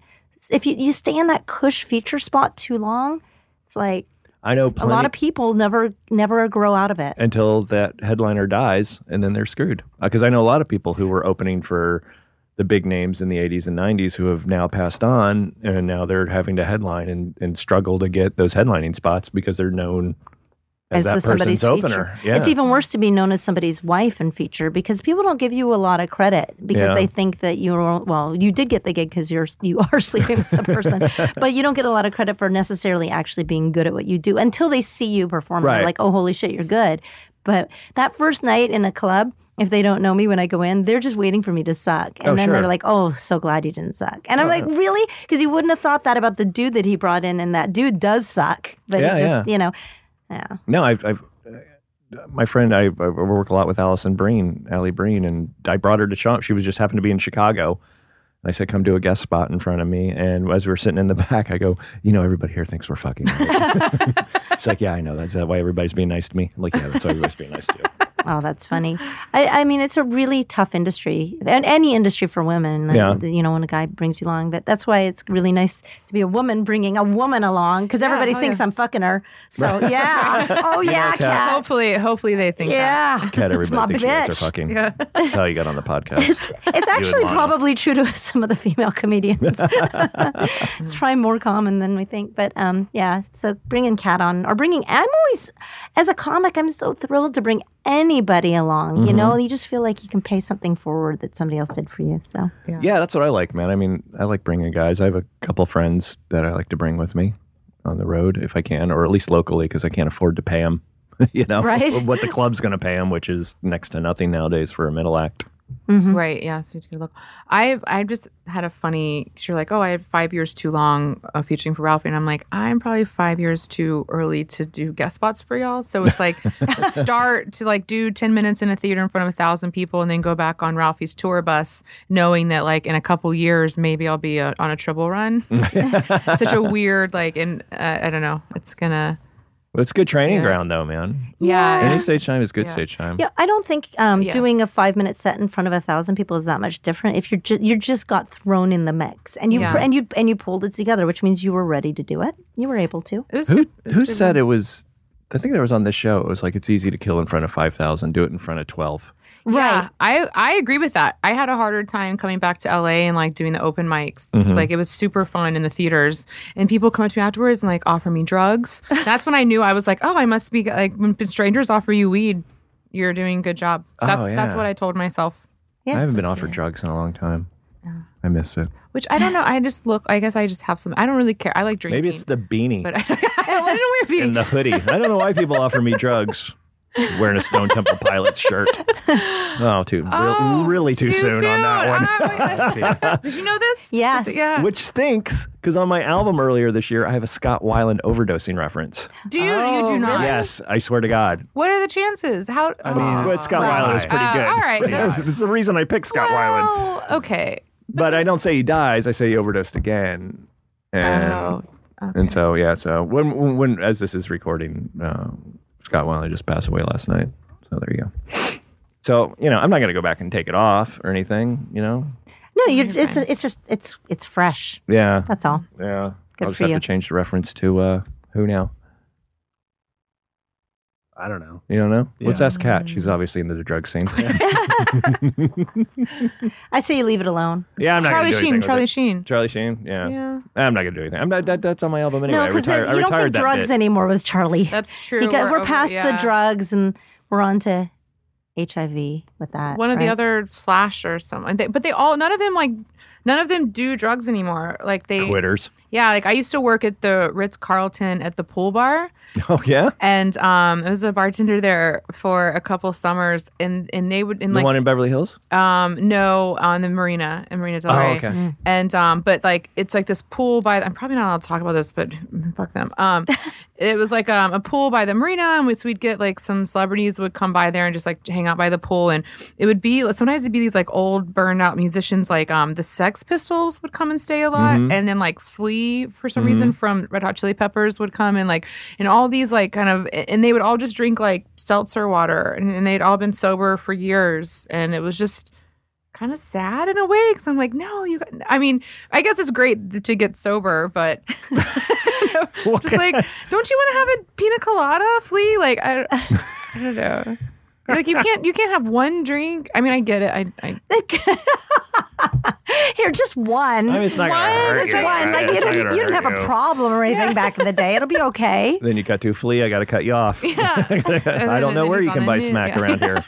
if you you stay in that cush feature spot too long. It's like I know a lot plenty of people never never grow out of it. until that headliner dies and then they're screwed. Because I know a lot of people who were opening for the big names in the 80s and 90s who have now passed on and now they're having to headline and, and struggle to get those headlining spots because they're known as, that person's opener. feature. Yeah. It's even worse to be known as somebody's wife and feature because people don't give you a lot of credit because Yeah. they think that you're well, you did get the gig because you're you (laughs) are sleeping with (laughs) the person, but you don't get a lot of credit for necessarily actually being good at what you do until they see you perform. Right. They're like, oh, holy shit, you're good. But that first night in a club. If they don't know me when I go in, they're just waiting for me to suck. And Oh, then sure. Oh, they're like, oh, so glad you didn't suck. And I'm like, really? Because you wouldn't have thought that about the dude that he brought in, and that dude does suck. But Yeah, he just, yeah. you know, yeah. No, I've, I've uh, my friend, I, I work a lot with Allison Breen, Allie Breen, and I brought her to Chomp. She was just happened to be in Chicago. And I said, come do a guest spot in front of me. And as we were sitting in the (laughs) back, I go, you know, everybody here thinks we're (laughs) fucking. right." She's like, yeah, I know. That's uh, why everybody's being nice to me. I'm like, yeah, that's why everybody's being nice to (laughs) you. Oh, that's funny. I, I mean, it's a really tough industry, and any industry for women. Yeah. and, you know, when a guy brings you along, but that's why it's really nice to be a woman bringing a woman along because everybody oh, thinks I'm fucking her. (laughs) So yeah. oh yeah, cat. Hopefully, hopefully they think. that. Yeah. Cat, my everybody thinks you guys bitch. are fucking. That's how you got on (laughs) the podcast. It's actually Lana. probably true to (laughs) some of the (laughs) female comedians. it's probably more common than we think. But um, yeah, so bringing Kat on or bringing, I'm always, as a comic, I'm so thrilled to bring anybody along. You know, Mm-hmm. you just feel like you can pay something forward that somebody else did for you. So yeah, that's what I like, man. I mean, I like bringing guys. I have a couple friends that I like to bring with me on the road if I can, or at least locally because I can't afford to pay them. (laughs) you know, Right. what the club's going to pay them, which is next to nothing nowadays for a middle act. Right. Yeah. So you take a look. I've I've just had a funny. Cause you're like, oh, I had five years too long of featuring for Ralphie, and I'm like, I'm probably five years too early to do guest spots for y'all. So it's like to start to like do ten minutes in a theater in front of a thousand people, and then go back on Ralphie's tour bus, knowing that like in a couple years maybe I'll be uh on a triple run. Such a weird like, and uh, I don't know. It's gonna. Well, it's good training Yeah. ground, though, man. Yeah. Any stage time is good Yeah. stage time. Yeah, I don't think um, Yeah. doing a five minute set in front of a thousand people is that much different. If you're ju- you just got thrown in the mix and you Yeah. pr- and you and you pulled it together, which means you were ready to do it. You were able to. It was Who sup- who said it was? I think there was on this show. It was like it's easy to kill in front of five thousand. Do it in front of twelve. Yeah, I I agree with that. I had a harder time coming back to LA and like doing the open mics. Mm-hmm. Like it was super fun in the theaters, and people come up to me afterwards and like offer me (laughs) drugs. That's when I knew I was like, oh, I must be like when strangers offer you weed, you're doing a good job. That's that's Oh, yeah. what I told myself. Yes. I haven't been offered drugs in a long time. I miss it. Which I don't know. I just look. I guess I just have some. I don't really care. I like drinking. Maybe it's the beanie but (laughs) I don't (laughs) wear beanie. (laughs) and the hoodie. I don't know why people offer me drugs. Wearing a Stone Temple Pilots shirt. Oh, too real- Oh, really too, soon, on that one. (laughs) Oh, my (laughs) God. Did you know this? Yes. Yeah. Which stinks because on my album earlier this year, I have a Scott Weiland overdosing reference. Do you? you Oh, do not. Yes, I swear to God. What are the chances? How? I mean, but Scott Weiland is pretty Oh, good. all right. (laughs) That's- it's the reason I picked Scott Weiland. well, okay. but I don't say he dies. I say he overdosed again. And, Oh, and so yeah. So when, when when as this is recording, uh, Scott Wiley just passed away last night. So there you go. So you know, I'm not gonna go back and take it off or anything. You know. No, you're, it's it's just it's it's fresh. Yeah. That's all. Yeah. Good I'll just for have you. to change the reference to uh, who now. I don't know. You don't know? Let's Yeah. ask Kat. Mm-hmm. She's obviously into the drug scene. I say you leave it alone. (laughs) yeah, I'm not Charlie gonna do anything Sheen. with Charlie it. Sheen. Charlie Sheen. Yeah. Yeah. I'm not gonna do anything. I'm not, that that's on my album anyway. no, I because retired. I you don't retired do that drugs bit. anymore with Charlie. That's true. You got- we're, over- past yeah. the drugs and we're on to HIV with that. One of the right? other slash or something. They, but they all, none of them like, none of them do drugs anymore. Like they, Quitters. (laughs) yeah. Like I used to work at the Ritz Carlton at the pool bar. Oh yeah. And um, it was a bartender there for a couple summers, and and they would in The like one in Beverly Hills. Um, no, on the marina in Marina Del Oh, Rey. okay. And um, but like it's like this pool by. I'm probably not allowed to talk about this, but fuck them. Um, it was like um a pool by the marina, and we, so we'd get like some celebrities would come by there and just like hang out by the pool, and it would be sometimes it'd be these like old burned out musicians, like um the Sex Pistols would come and stay a lot, and then like Flea for some reason from Red Hot Chili Peppers would come and like and all these like kind of and they would all just drink like seltzer water, and, and they'd all been sober for years, and it was just kind of sad in a way because I'm like, no, you. Got, I mean, I guess it's great th- to get sober, but (laughs) just like, (laughs) don't you want to have a pina colada, flea? Like, I, (laughs) I don't know. Like you can't you can't have one drink. I mean, I get it. I, I Here, just one. I mean, it's not gonna hurt just you, one. right? Like you, It's not don't- gonna you didn't hurt have you. a problem or anything back in the day. It'll (laughs) be okay. Then you got to flee. I got to cut you (laughs) off. I don't then know where it's you on the can buy news, smack yeah. around (laughs) here.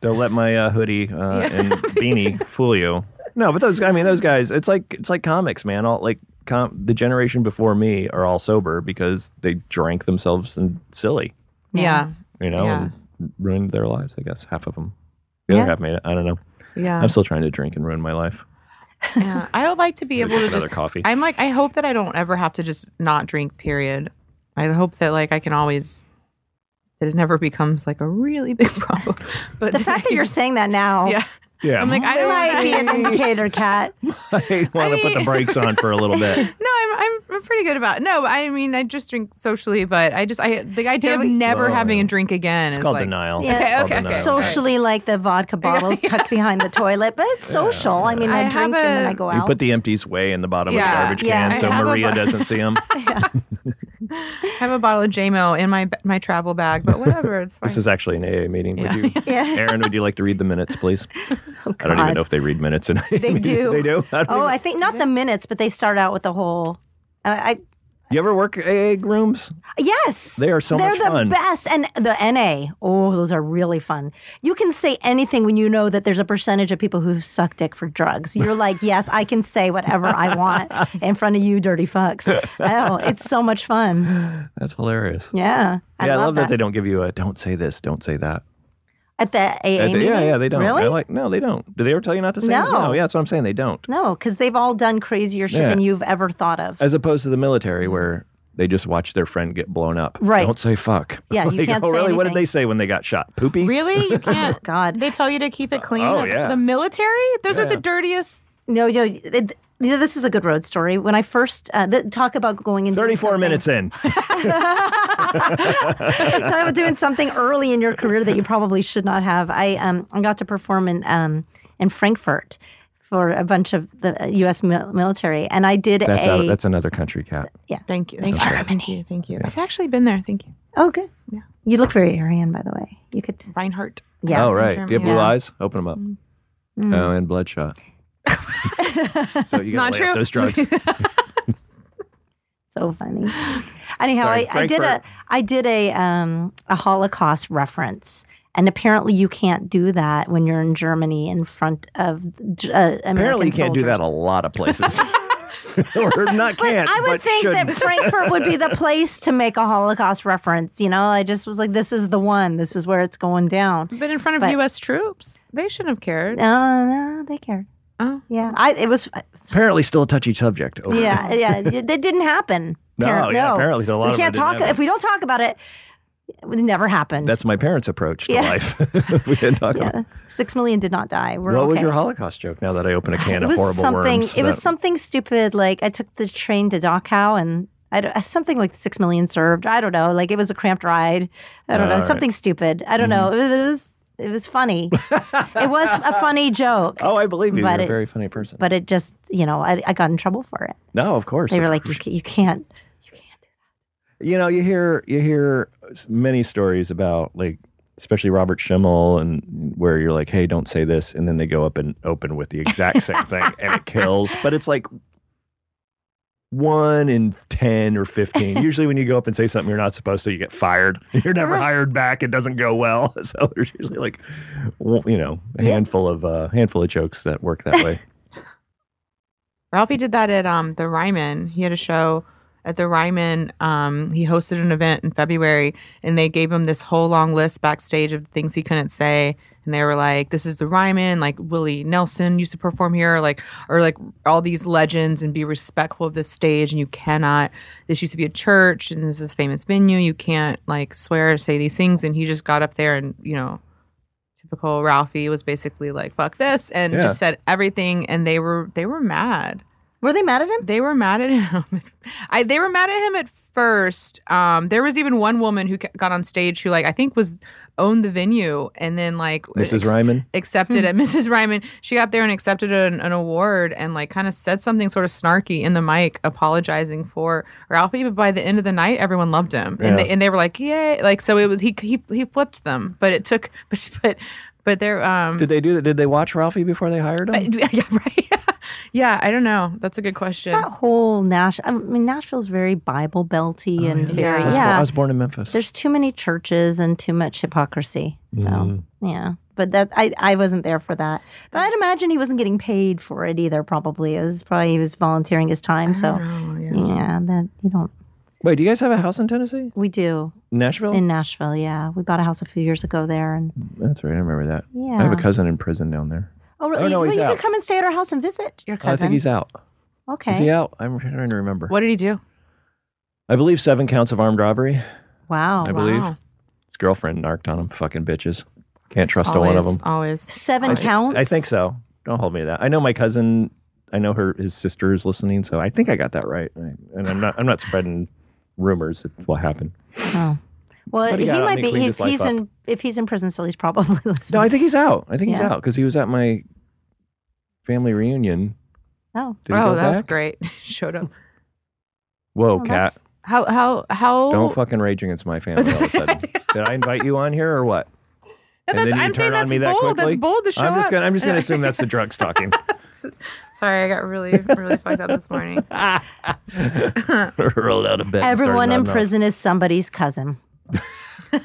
don't let my uh, hoodie uh, and beanie fool you. No, but those. I mean, those guys. It's like it's like comics, man. All like com- the generation before me are all sober because they drank themselves and silly, yeah you know, Yeah. and ruined their lives. I guess half of them. The other Yeah. half made it. I don't know. yeah I'm still trying to drink and ruin my life. yeah. I would like to be able to Another just. coffee. I'm like I hope that I don't ever have to just not drink. Period. I hope that like I can always. That it never becomes like a really big (laughs) problem. But The fact that you're saying that now yeah. yeah, I'm like I don't might wanna- be an indicator, Cat. (laughs) I want to put the mean- brakes on for a (laughs) little bit. No, I'm, I'm I'm pretty good about. No, I mean I just drink socially, but I just I the idea of never Well, having a drink again Oh, It's is called like denial. Yeah. It's called Okay, okay. denial. Socially, like the vodka bottles tucked behind the toilet, but it's social. I mean, I I, have drink and then a- I go You out. (laughs) put the empties way in the bottom Yeah. of the garbage Yeah. can I so have a Maria bu- doesn't see (laughs) them. Oh, I have a bottle of JMO in my my travel bag, but whatever, it's fine. (laughs) This is actually an AA meeting. Would you, (laughs) yeah. Aaron, would you like to read the minutes, please? (laughs) Oh, I don't even God. know if they read minutes. In AA meeting. (laughs) do. They do. I don't Oh, even- I think not the minutes, but they start out with the whole. I, you ever work AA rooms? I yes, They are so They're much the fun. best. And the NA, oh, those are really fun. You can say anything when you know that there's a percentage of people who suck dick for drugs. You're (laughs) like, yes, I can say whatever I want in front of you, dirty fucks. Oh, it's so much fun. That's hilarious. Yeah. I yeah, love, I love that. they don't give you a "don't say this, don't say that." At the AA At the- meeting? yeah, yeah, they don't. Really? They're like, no, they don't. Do they ever tell you not to say? that? No. yeah, that's what I'm saying. They don't. no, because they've all done crazier shit Yeah. than you've ever thought of. As opposed to the military, where they just watch their friend get blown up. Mm. Right. Don't say fuck. Yeah, you (laughs) Like, can't oh, say really? What did anything. they say when they got shot? Poopy. Really, you can't. Oh, God. They tell you to keep it clean. Oh, yeah. The military? Those are Yeah. the dirtiest. No, no, it, Yeah, this is a good road story. When I first uh, th- talk about going into 34 minutes (laughs) in. talk about doing something early in your career that you probably should not have. I um I got to perform in um in Frankfurt for a bunch of the uh, U.S. mil- military, and I did That's a out, that's another country cat. Thank you. Thank you. Thank you. Thank you. I've actually been there. Thank you. oh good. Yeah. You look very Aryan, by the way. You could Reinhardt. yeah. Mm. oh, right. term, Do you have blue yeah. Mm-hmm. eyes? Open them up. Oh, and (laughs) bloodshot. so you Not got true. those drugs. (laughs) So funny. (laughs) Anyhow, Sorry, I, I did a Frankfurt. I did a um a Holocaust reference, and apparently you can't do that when you're in Germany in front of J- uh, American Apparently, you can't do soldiers. that a lot of (laughs) places. or not can't, I would but think shouldn't. that Frankfurt would (laughs) be the place to make a Holocaust reference. You know, I just was like, this is the one. This is where it's going down. But in front of But- U.S. troops, they shouldn't have cared. No, no, they cared. Oh. Yeah, I it was. apparently still a touchy subject. Over (laughs) Yeah, yeah, it it didn't happen. No, Appar- yeah, apparently a lot we of it can't didn't talk happen. if we don't talk about it. It never happened. That's my parents' approach to Yeah. life. (laughs) we didn't talk about yeah. Six million did not die. We're What was okay. your Holocaust joke now that I open a can it of was horrible something. worms? It was That- something stupid. Like I took the train to Dachau and I don't- something like six million served. I don't know. Like it was a cramped ride. I don't know. Alright. Something stupid. I don't Mm-hmm. know. It was. It was, it was funny. it was a funny joke. Oh, I believe you. You're But a it- very funny person. But it just, you know, I, I got in trouble for it. no, of course. They were of like, course. you, ca- you can't. you know you hear you hear s- many stories about like especially Robert Schimmel and where you're like hey don't say this and then they go up and open with the exact same (laughs) thing and it kills but it's like one in 10 or (laughs) 15 usually when you go up and say something you're not supposed to you get fired (laughs) you're never hired back it doesn't go well (laughs) so there's usually like w- you know a handful of uh handful of jokes that work that (laughs) way Ralphie did that at um, the Ryman. He had a show at the Ryman. Um, he hosted an event in February, and they gave him this whole long list backstage of things he couldn't say. And they were like, "This is the Ryman. Like Willie Nelson used to perform here, like or like all these legends, and be respectful of this stage. And you cannot. This used to be a church, and this is this famous venue. You can't like swear or say these things." And he just got up there and you know typical Ralphie was basically like fuck this and Yeah. just said everything and they were they were mad. Were they mad at him? They were mad at him. (laughs) I they were mad at him at first. Um there was even one woman who ca- got on stage who like I think was owned the venue and then like Mrs. Ryman accepted it. (laughs) Mrs. Ryman, she got there and accepted an, an award and like kind of said something sort of snarky in the mic, apologizing for Ralphie. But by the end of the night, everyone loved him, and they, and they were like, "Yay!" Like so, it was he he he flipped them, but it took (laughs) but but but they're um did they do that did they watch Ralphie before they hired him (laughs) yeah right yeah I don't know that's a good question. That whole Nashville. I mean, Nashville's very Bible belty and very I Yeah. was, bo- yeah. I was born in Memphis There's too many churches and too much hypocrisy. So Mm-hmm. yeah, but that I, I wasn't there for that. But I'd imagine he wasn't getting paid for it either. Probably it was probably he was volunteering his time. So Oh, yeah. yeah, that you don't. Wait, do you guys have a house in Tennessee? We do Nashville? in Nashville. Yeah, we bought a house a few years ago there, and That's right. I remember that. yeah. I have a cousin in prison down there. oh, really? Oh, no, Well, he's you out. Oh, could come and stay at our house and visit your I cousin. think he's out. okay. Is he out? I'm trying to remember. What did he do? I believe seven counts of armed robbery. wow. I believe Wow. his girlfriend narked on him. Fucking bitches. Can't trust a one of Always, them. Always. Seven counts. I think so. Don't hold me to that. I know my cousin. I know her. His sister is listening, so I think I got that right. I- And I'm not. I'm not spreading rumors. It will happen. Oh. Well, But he, he got out and might he be. cleaned He, his life he's up. in. If he's in prison still, he's probably (laughs) No, listening. I think he's out. I think he's Yeah. out because he was at my family reunion. oh, Did he Oh, go that's back? great. (laughs) Showed up. Whoa, Oh, cat. that's- How how how? (laughs) Don't fucking rage against (laughs) my family. All of a sudden. Did I invite you on here or what? And And that's, then you I'm turn saying on that's me bold. that quickly? That's bold to show I'm just up. gonna. I'm just (laughs) gonna assume that's the drugs talking. (laughs) Sorry, I got really really fucked up this (laughs) morning. (laughs) Rolled out of bed. and started Everyone in nodding off. prison is (laughs) somebody's cousin.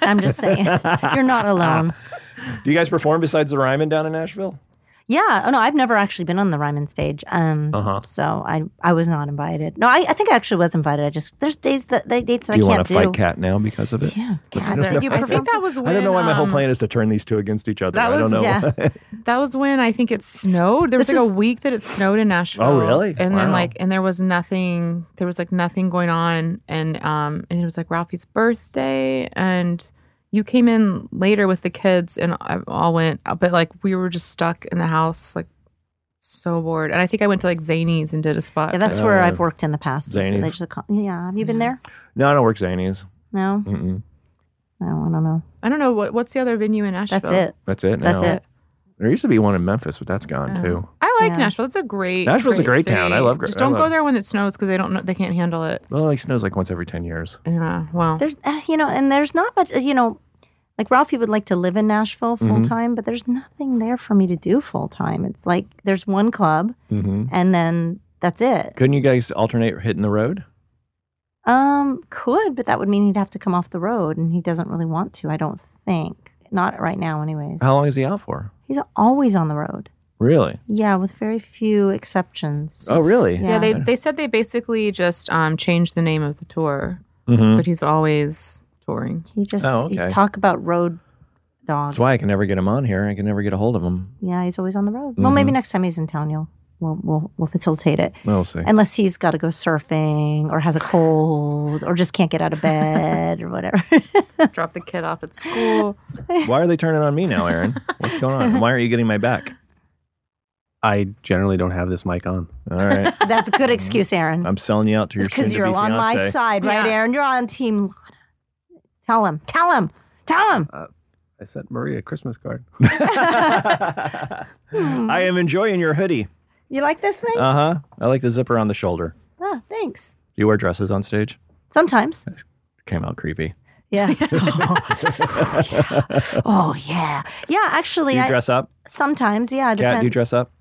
I'm just saying, you're not alone. Do you guys perform besides the Ryman down in Nashville? Yeah. Oh no, I've never actually been on the Ryman stage. Um, Uh-huh. So I I was not invited. No, I, I think I actually was invited. I just there's days that they dates that Do you I want can't to do. fight Cat now because of it? Yeah. I God. Did you perform? think that was when I don't know why my whole um, plan is to turn these two against each other. that I don't was- know. yeah. why. That was when I think it snowed. There was This like a week that it snowed in Nashville. Oh, really? And Wow. then like and there was nothing. There was like nothing going on, and um and it was like Ralphie's birthday, and you came in later with the kids, and I all went, but like we were just stuck in the house, like so bored. And I think I went to like Zanies and did a spot. Yeah, that's where Uh, I've worked in the past. is Zany. they just call- yeah, have you been there? (laughs) No, I don't work Zanies. No, Mm-mm. no, I don't know. I don't know what what's the other venue in Nashville. That's it. That's it. That's now. it. There used to be one in Memphis, but that's gone Oh. too. I like Yeah. Nashville. It's a great. Nashville's a great town. city. I love gr- Just I don't go love- there when it snows because they don't know they can't handle it. Well, it like snows like once every ten years. Yeah. Well. There's, uh, you know, and there's not much, you know, like Ralphie would like to live in Nashville full Mm-hmm. time, but there's nothing there for me to do full time. It's like there's one club, Mm-hmm. and then that's it. Couldn't you guys alternate hitting the road? Um, could, but that would mean he'd have to come off the road, and he doesn't really want to. I don't think, not right now, anyways. How long is he out for? He's always on the road. Really? Yeah, with very few exceptions. Oh, really? yeah. yeah. They they said they basically just um changed the name of the tour, Mm-hmm. but he's always touring. He just Oh, he okay. talk about road dog. That's why I can never get him on here. I can never get a hold of him. Yeah, he's always on the road. Mm-hmm. Well, maybe next time he's in town, you'll we'll we'll, we'll facilitate it. We'll (laughs) see. Unless he's got to go surfing or has a cold or just can't get out of bed or whatever. (laughs) Drop the kid off at school. why are they turning on me now, (laughs) Aaron? What's going on? Why aren't you getting my back? I generally don't have this mic on. All (laughs) right, That's a good excuse, Aaron. Mm-hmm. I'm selling you out to your Because soon-to-be you're on my fiancé. side, right, Yeah. Aaron? You're on team. Lana. Tell him. Tell him. Tell him. I sent Maria a Christmas card. (laughs) (laughs) I am enjoying your hoodie. You like this thing? Uh huh. I like the zipper on the shoulder. Ah, thanks. Do you wear dresses on stage? Sometimes. Came out creepy. (laughs) Yeah. oh, yeah. Oh, yeah. Yeah, Do actually, you I, dress up? sometimes, yeah. Cat, depend- do you dress up?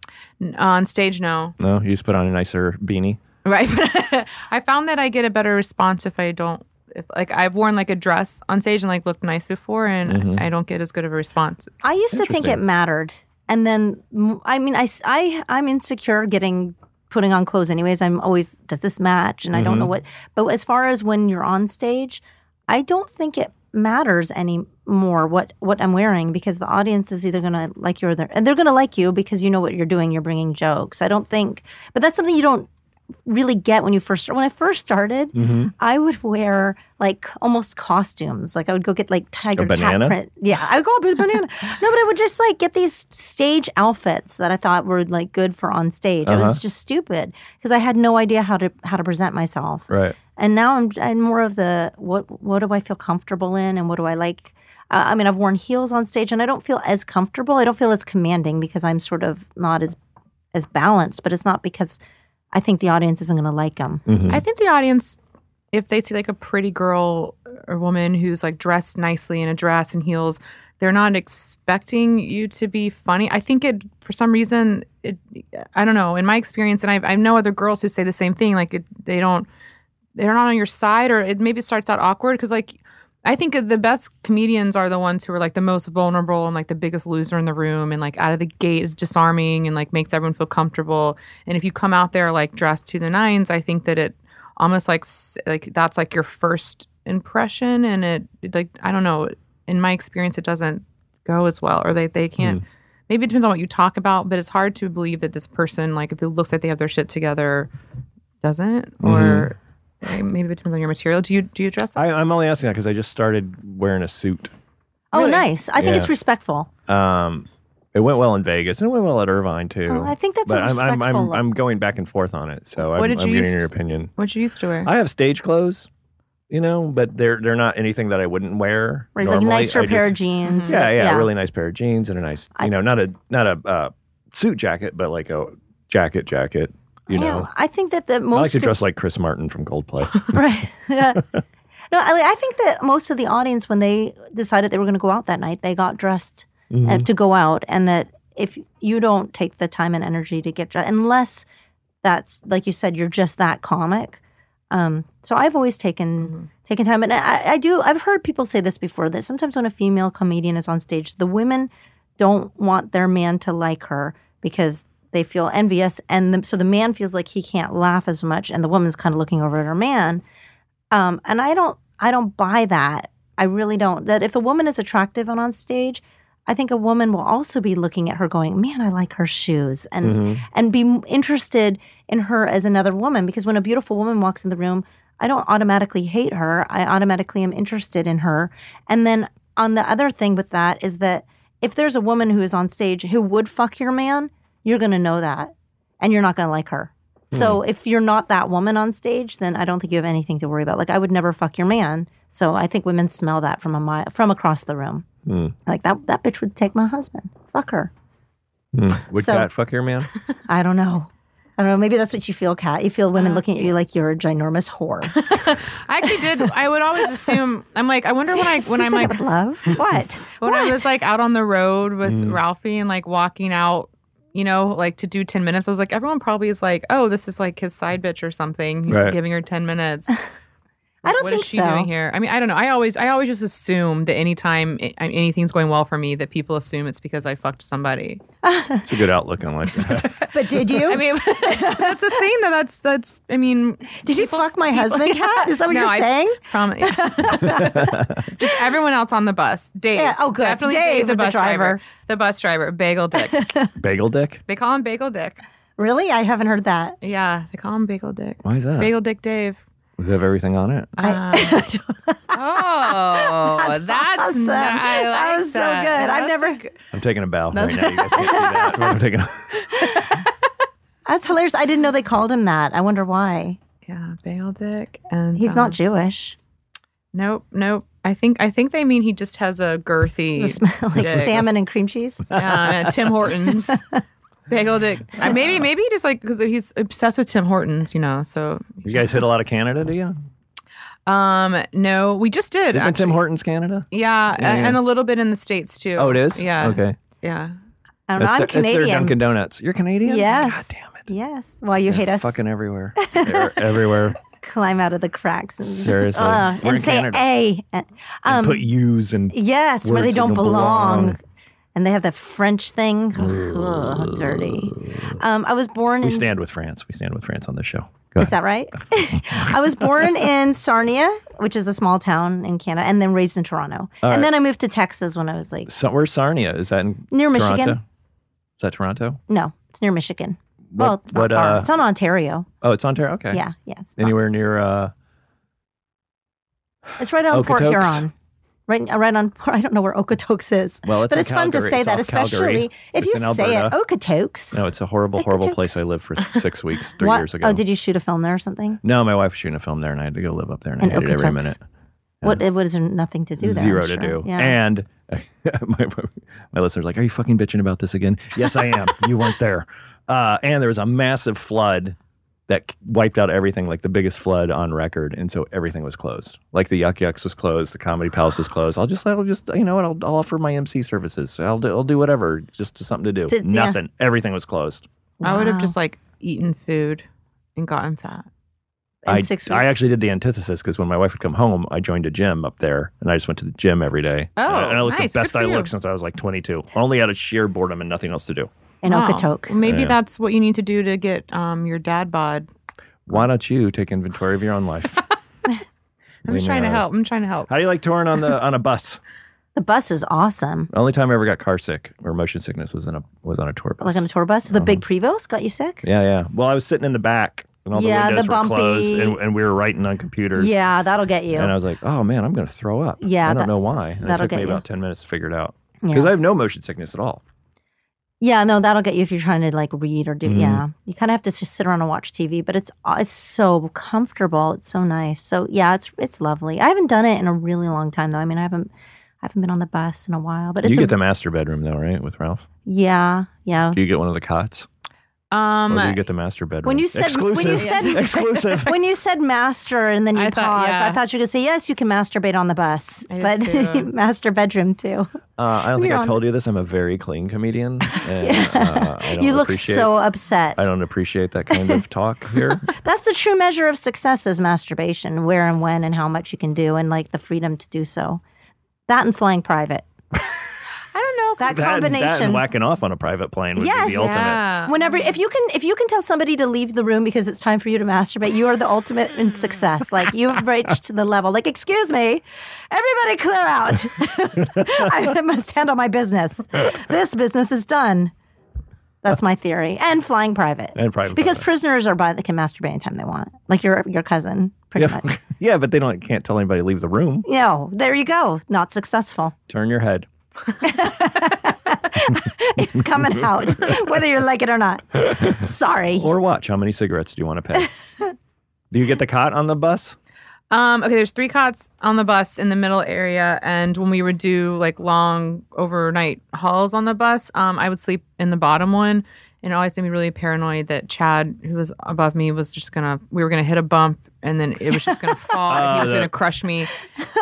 N- uh, On stage, no. (laughs) No, you just put on a nicer beanie. Right. (laughs) But I found that I get a better response if I don't. If, like I've worn like a dress on stage and like looked nice before, and I don't get as good of a response. I used to think it Interesting. mattered, and then mm, I mean, I, s- I am insecure getting putting on clothes. Anyways, I'm always does this match, and I don't know Mm-hmm. what. But as far as when you're on stage, I don't think it matters anymore what what I'm wearing because the audience is either gonna like you or they're and they're gonna like you because you know what you're doing. You're bringing jokes. I don't think, but that's something you don't really get when you first start. When I first started, Mm-hmm. I would wear like almost costumes. Like I would go get like tiger cat banana? print. Yeah, I would go with a banana. no, but I would just like get these stage outfits that I thought were like good for on stage. It Uh-huh. was just stupid because I had no idea how to how to present myself. Right. And now I'm I'm more of the what what do I feel comfortable in and what do I like. Uh, I mean, I've worn heels on stage and I don't feel as comfortable. I don't feel as commanding because I'm sort of not as as balanced. But it's not because I think the audience isn't going to like them. Mm-hmm. I think the audience, if they see like a pretty girl or woman who's like dressed nicely in a dress and heels, they're not expecting you to be funny. I think it for some reason it I don't know, in my experience and I've I know other girls who say the same thing like it, they don't they're not on your side or it maybe starts out awkward cuz like I think the best comedians are the ones who are like the most vulnerable and like the biggest loser in the room and like out of the gate is disarming and like makes everyone feel comfortable. And if you come out there like dressed to the nines, I think that it almost like s- like that's like your first impression and it it, like I don't know, in my experience it doesn't go as well or they they can't Maybe it depends on what you talk about, but it's hard to believe that this person, like, if it looks like they have their shit together, doesn't. Or eh, maybe it depends on your material. Do you do you dress up? I, I'm only asking that because I just started wearing a suit. Oh, Really? nice. I think it's Yeah. respectful. Um, it went well in Vegas and it went well at Irvine too. Oh, I think that's a but I'm, I'm, I'm, respectful- I'm going back and forth on it. So I'm, What did I'm you getting use- your opinion. What you used to wear? I have stage clothes, you know, but they're they're not anything that I wouldn't wear. Right, like normally. nicer I pair of just- jeans. Yeah, yeah, a really nice pair of jeans and a nice, you know, not a not a uh, suit jacket, but like a jacket jacket. You Yeah, know, I think that the most. I like to of- dress like Chris Martin from (laughs) Coldplay. (laughs) Right. no, I, I think that most of the audience, when they decided they were going to go out that night, they got dressed Mm-hmm. uh, to go out, and that if you don't take the time and energy to get dressed, unless that's like you said, you're just that comic. Um, so I've always taken taken time, and I, I do. I've heard people say this before that sometimes when a female comedian is on stage, the women don't want their man to like her because they feel envious, and the, so the man feels like he can't laugh as much, and the woman's kind of looking over at her man. Um, and I don't, I don't buy that. I really don't. That if a woman is attractive and on stage, I think a woman will also be looking at her, going, "Man, I like her shoes," and and be m- interested in her as another woman. Because when a beautiful woman walks in the room, I don't automatically hate her. I automatically am interested in her. And then on the other thing with that is that if there's a woman who is on stage who would fuck your man, you're going to know that and you're not going to like her. So if you're not that woman on stage, then I don't think you have anything to worry about. Like I would never fuck your man. So I think women smell that from a mile, from across the room. Like that that bitch would take my husband. Fuck her. Would So- that fuck your man? I don't know. I don't know. Maybe that's what you feel, Kat. You feel women looking at you like you're a (laughs) ginormous whore. I actually did. I would always assume. I'm like, I wonder when I when You I'm said it like (laughs) with love. What? when I was like out on the road with Ralphie and like walking out, you know, like to do 10 minutes, I was like, everyone probably is like, oh, this is like his side bitch or something. He's Right. giving her 10 (laughs) minutes. I don't what think is she so. doing here? I mean, I don't know. I always, I always just assume that anytime I- anything's going well for me, that people assume it's because I fucked (laughs) somebody. (laughs) It's a good outlook on life. (laughs) But did you? I mean, that's a thing that that's that's. I mean, did you people- fuck my people- (laughs) husband, Kat? Is that what No, you're I- saying? Promise. (laughs) Just everyone else on the bus. Dave. Yeah, oh, good. Definitely Dave Dave, the was the bus driver. driver. The bus driver. Bagel Dick. Bagel dick? they call him Bagel Dick. Really? I haven't heard that. Yeah, they call him Bagel Dick. Why is that? Bagel Dick Dave. Does it have everything on it? (laughs) Um, oh, that's, awesome. ni- I That like was so that. good. That's I've never- a good- I'm taking a bow right That's- now. You guys can see (laughs) that. I'm taking a- That's hilarious. I didn't know they called him that. I wonder why. yeah, Bagel Dick, and He's um, not Jewish. Nope, nope. I think I think they mean he just has a (laughs) girthy Does it smell like dick. salmon and cream cheese? Yeah, uh, Tim (laughs) Hortons. Bagel Dick. Uh, maybe maybe he just like because he's obsessed with Tim Hortons, you know. So You guys hit a lot of Canada, do you? um, no, we just did. Isn't Tim actually. Hortons Canada? Yeah, a- and a little bit in the states too. Oh, it is? Yeah. Okay. Yeah. I don't know. That's I'm their, it's Canadian. their Dunkin' Donuts. You're Canadian? Yes. God damn it. Yes. Well, you hate us. Fucking (laughs) everywhere. They're everywhere. Climb out of the cracks and, just, Seriously. uh, We're and in say Canada. A. And, um, and put U's and yes, where Words they that don't don't belong. belong. And they have that French thing. Ugh, dirty. Um, I was born we in. stand with France. We stand with France on this show. Go Is ahead. that right? (laughs) I was born in Sarnia, which is a small town in Canada, and then raised in Toronto. and then I moved to Texas when I was like, So, where's Sarnia? Is that in Near Toronto? Michigan. Is that Toronto? no, it's near Michigan. well, it's not what, far. uh, it's on Ontario. Oh, it's Ontario. Okay. Yeah, yes. Anywhere near uh, It's right on Port Okotoks? Huron. Right, uh, right on. Port- I don't know where Okotoks is, Well, it's but in it's fun to Calgary. say It's that, off Calgary. especially if It's you in say it Alberta. Okotoks. No, it's a horrible, horrible place I lived for six weeks, three What- years ago. Oh, did you shoot a film there or something? No, my wife was shooting a film there, and I had to go live up there, and, And I hated every Okotoks. minute. What? What is there nothing to do there? I'm Zero to sure. do. Yeah. And (laughs) my, my listeners are like, "Are you fucking bitching about this again?" Yes, I am. you weren't there. Uh, and there was a massive flood that wiped out everything, like the biggest flood on record, and so everything was closed. Like the Yuck Yucks was closed, the Comedy Palace was closed. I'll just, I'll just, you know what? I'll, I'll offer my MC services. I'll, do, I'll do whatever, just something to do. To- yeah. Nothing. Everything was closed. I would have Wow. just like eaten food and gotten fat. In I, six I weeks. actually did the antithesis because when my wife would come home, I joined a gym up there and I just went to the gym every day. Oh, and I, and I looked nice. the Good best for I you. looked since I was like 22. Only out of sheer boredom and nothing else to do. in Wow. Okotok. Well, maybe Yeah. that's what you need to do to get um your dad bod. Why don't you take inventory of your own (laughs) life? I'm Lean just trying to out. help. I'm trying to help. uh, How do you like touring on the on a bus? The bus is awesome. Only time I ever got car sick or motion sickness was in a was on a tour bus. Like on a tour bus, Um, the big Prevost got you sick. yeah, yeah. Well, I was sitting in the back and all Yeah, the windows the were closed bumpy- and, and we were writing on computers. Yeah, that'll get you. And I was like, oh man, I'm going to throw up. Yeah, I don't that- know why. And it that'll took me get you. about 10 minutes to figure it out. Yeah. Because I have no motion sickness at all. Yeah, no, that'll get you if you're trying to like read or do. Mm-hmm. Yeah, you kind of have to just sit around and watch TV, but it's uh, it's so comfortable. It's so nice. So yeah, it's it's lovely. I haven't done it in a really long time though. I mean, I haven't I haven't been on the bus in a while, but it's you a, get the master bedroom though, right? With Ralph, yeah, (laughs) yeah. do you get one of the cots, or Um, do you get the master bedroom? When you said exclusive, when you (laughs) said exclusive. Uh, when you said master and then you I paused, thought- yeah. I thought you were gonna say yes, you can masturbate on the bus, I did but too. (laughs) master bedroom too. uh, I don't think You're I on- told you this. I'm a very clean (laughs) comedian. And, uh, I don't You look appreciate, so upset. I don't appreciate that kind of talk (laughs) here. That's the true measure of success is masturbation, where and when and how much you can do and like the freedom to do so. That and flying private. I don't know. 'cause- That, That, and- combination. that and whacking off on a private plane would Yes. be the ultimate. Yeah. Whenever if you can if you can tell somebody to leave the room because it's time for you to masturbate, you are the ultimate in success. Like you've reached the level. Like, excuse me, everybody clear out. (laughs) I must handle my business. This business is done. That's my theory. And flying private. And private Because private. prisoners are by that can masturbate anytime they want. Like your your cousin, pretty Yeah, much. yeah, but they don't can't tell anybody to leave the room. No, there you go. Not successful. Turn your head. (laughs) it's (laughs) coming out, (laughs) whether you like it or not. Sorry. Or watch. How many cigarettes do you want to (laughs) pay? do you get the cot on the bus? Um, okay, there's three cots on the bus in the middle area, and when we would do like long overnight hauls on the bus, um, I would sleep in the bottom one, and it always made me really paranoid that Chad, who was above me, was just gonna we were gonna hit a bump, and then it was just (laughs) gonna fall, and he Oh, was that- (laughs) gonna crush me.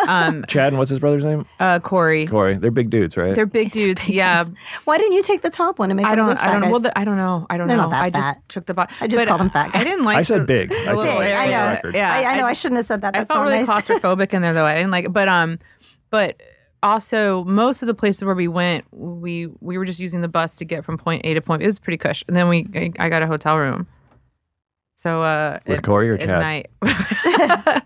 Um, Chad and what's his brother's name? uh, Corey, Corey. They're big dudes, right? they're big dudes. yeah, Why didn't you take the top one and make I one of don't, those I fat don't. guys? Well, the, I don't know. I don't They're know. not that I just fat. took the bottom. I just called them fat I guys. didn't like. I said the- big. the I said little big. area. I Yeah. know. Yeah, I, I know. I, I- shouldn't have said that. That's I felt not really nice. (laughs) claustrophobic in there though. I didn't like it. But um but also most of the places where we went, we we were just using the bus to get from point A to point. It was pretty cush. And then we I, I got a hotel room. So uh With at- Corey or at Chad? night. (laughs)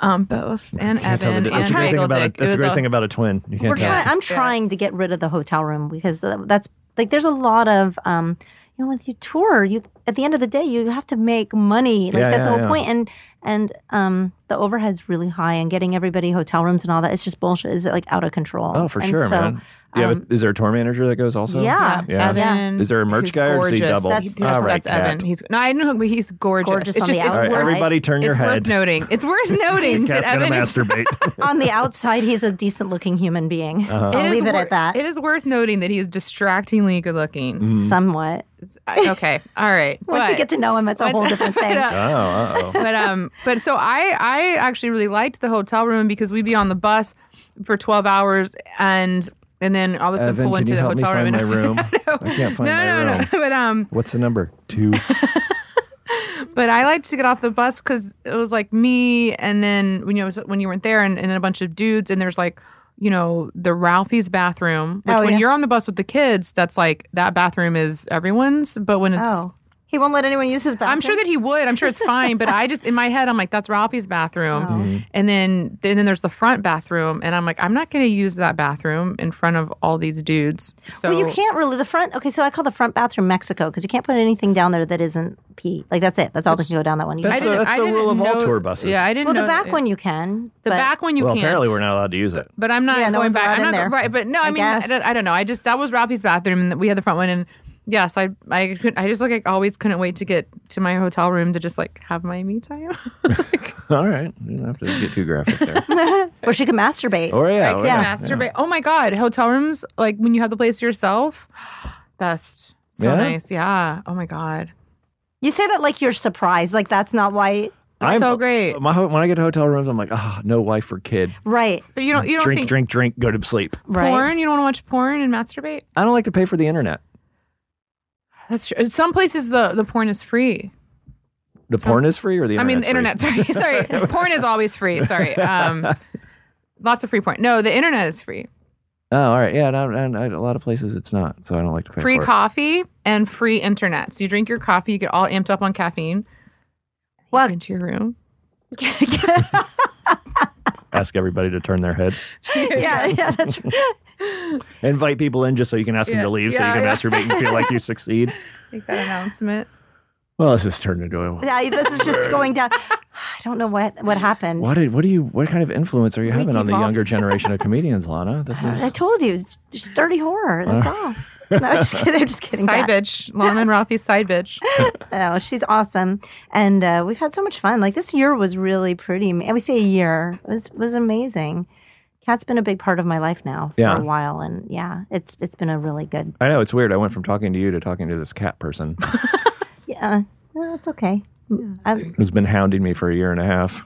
um both and Can't tell the Evan di- that's and a great thing Bagel about Dick. a, that's It a great was thing about a twin. You We're can't tell. trying, I'm Yeah. trying to get rid of the hotel room because th- that's like there's a lot of um, you know, with you tour, you at the end of the day you have to make money. Like Yeah, that's yeah, the whole yeah. point. And and um, the overhead's really high, and getting everybody hotel rooms and all that it's just bullshit. Is it like out of control? Oh, for And sure, so, man. Do you have um, a, is there a tour manager that goes also? Yeah. Yeah. Evan, Is there a merch who's guy or is he gorgeous. double? That's, All right, that's Evan. Kat. He's no, I don't know, but he's gorgeous. Gorgeous it's on just, the it's All right, outside. worth, everybody turn your it's head. worth noting. It's (laughs) worth noting that Cat's gonna Evan is (laughs) masturbate. On the outside, he's a decent-looking human being. I'll is leave it wor- at that. It is worth noting that he is distractingly good looking. Mm. Somewhat. Okay, all (laughs) right. Once you but- get to know him, it's a whole different thing. oh, uh-oh. but um, but so I I actually really liked the hotel room because we'd be on the bus for twelve hours and and then all of a sudden Evan, pull can into you the help me hotel find room. my and, (laughs) room? I can't find no, my no, room. no. (laughs) But um, What's the number? Two. but I liked to get off the bus because it was like me, and then when you know when you weren't there, and, and then a bunch of dudes, and there's like you know the Ralphie's bathroom. Which Oh, when yeah. you're on the bus with the kids, that's like that bathroom is everyone's. But when it's Oh, he won't let anyone use his bathroom. I'm sure that he would. I'm sure it's fine. but I just in my head, I'm like, that's Ralphie's bathroom, Oh. Mm-hmm. and then and then there's the front bathroom, and I'm like, I'm not going to use that bathroom in front of all these dudes. So Well, you can't really the front. Okay, so I call the front bathroom Mexico because you can't put anything down there that isn't pee. Like that's it. That's all that can go down that one. You That's I can't- a- didn't- that's I the rule didn't of all know- tour buses. Yeah, I didn't. well, the know back that- one you can. The but- back one (laughs) you Well, can't. apparently we're not allowed to use it. But I'm not Yeah, going no one's back. allowed I'm in not there. right, but no, I I, mean, guess. I don't, I don't know. I just that was Ralphie's bathroom, and we had the front one, and yeah, so I I couldn't. I just like I always couldn't wait to get to my hotel room to just like have my me (laughs) time. (laughs) All right. You don't have to get too graphic there. Where she could masturbate. Or yeah. I or could yeah. masturbate. Oh my god, hotel rooms like when you have the place to yourself, (sighs) best. So Yeah? nice, yeah. Oh my god, you say that like you're surprised. Like that's not why. That's so great. My, ho- when I get to hotel rooms, I'm like, ah, no wife or kid. Right. but you don't you don't drink, think drink, drink, go to sleep. Right. porn? You don't want to watch porn and masturbate? I don't like to pay for the internet. That's true. Some places the the porn is free. The porn is free or the I internet? mean, the internet. Sorry, sorry. (laughs) (laughs) porn is always free. Sorry. Um, lots of free porn. No, the internet is free. Oh, all right. Yeah. And, I, and I, a lot of places it's not. So I don't like to pay Free for it. coffee and free internet. So you drink your coffee, you get all amped up on caffeine. Well- Walk into your room. Ask everybody to turn their head. (laughs) yeah. Yeah. That's right. Invite people in just so you can ask them to leave so you Yeah, can yeah. masturbate and feel like (laughs) you succeed. (laughs) Make that announcement. Well, this has turned into a. Yeah, this is just going down. (sighs) I don't know what what happened. What did, what do you what kind of influence are you having on the devolved. Uh, younger generation (laughs) of comedians, Lana? This I is told you, it's just (laughs) dirty horror. That's all. No, I'm just kidding. I'm just kidding. Side Kat. (laughs) bitch. Lana and Rothy's side bitch. Oh, she's awesome, and uh, we've had so much fun. Like this year was really pretty. I would say a year it was was amazing. Cat's been a big part of my life now for Yeah. a while, and yeah, it's it's been a really good. I know it's weird. I went from talking to you to talking to this cat person Yeah, no, it's okay. I, who's been hounding me for a year and a half.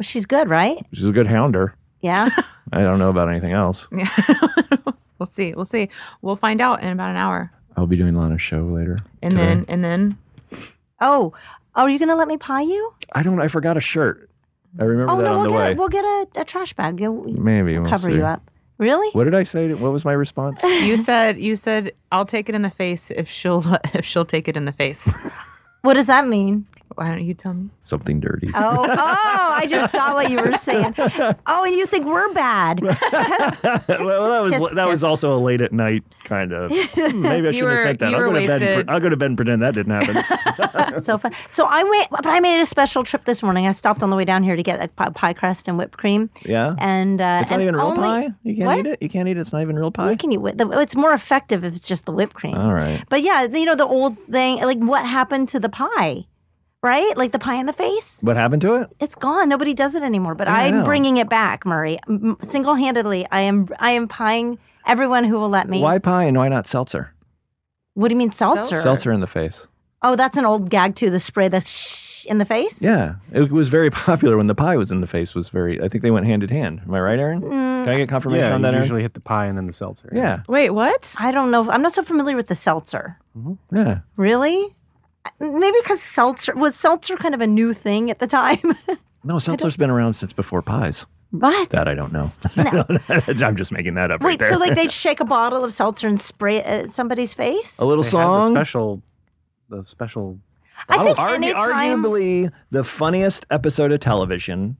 she's good, right? She's a good hounder. Yeah, I don't know about anything else. We'll see. We'll see. We'll find out in about an hour. I'll be doing Lana's show later. And then and then Oh, oh, are you gonna let me pie you? I don't. I forgot a shirt. I remember Oh that no, on we'll the get way. a, we'll get a, a trash bag. You'll- We'll, Maybe we'll cover see. you up. Really? What did I say? to- What was my (laughs) response? you said you (laughs) (laughs) said I'll take it in the face if she'll if she'll take it in the face. What does that mean? Why don't you tell me? Something dirty. Oh, oh, I just got what you were (laughs) saying. Oh, and you think we're bad. well, that was just- that was just- also a late at night kind (laughs) of. Hmm, Maybe I should were- have said that. you I'll go, were to bed and wasted. pre- I'll go to bed and pretend that didn't (laughs) happen. That's so fun. So I went, but I made a special trip this morning. I stopped on the way down here to get like pie, pie crust and whipped cream. yeah, And uh, it's not and even real only- pie. You can't What? eat it. You can't eat it. It's not even real pie. You can eat whip- the- It's more effective if it's just the whipped cream. All right. But yeah, you know the old thing, like what happened to the pie, right? Like the pie in the face. What happened to it? It's gone. Nobody does it anymore. But I know. I'm bringing it back, Murray. M- Single-handedly, I am. I am pieing everyone who will let me. Why pie and why not seltzer? What do you mean seltzer? Seltzer in the face. Oh, that's an old gag too. The spray, the shh in the face. Yeah, it was very (laughs) popular when the pie was in the face. Was very. I think they went hand in hand. Am I right, Mm. Aaron? Can I get confirmation Yeah, on you that? Aaron? usually hit the pie and then the seltzer. Yeah, Wait, what? I don't know. I'm not so familiar with the seltzer. yeah. Really? Maybe because seltzer was seltzer kind of a new thing at the time. (laughs) No, seltzer's been around since before pies. what? That I don't know. No. (laughs) I'm just making that up right Wait, there. so like they'd shake a bottle of seltzer and spray it at somebody's (laughs) face? a little They had song. the special, the special. I think Argu- anytime. arguably the funniest episode of television,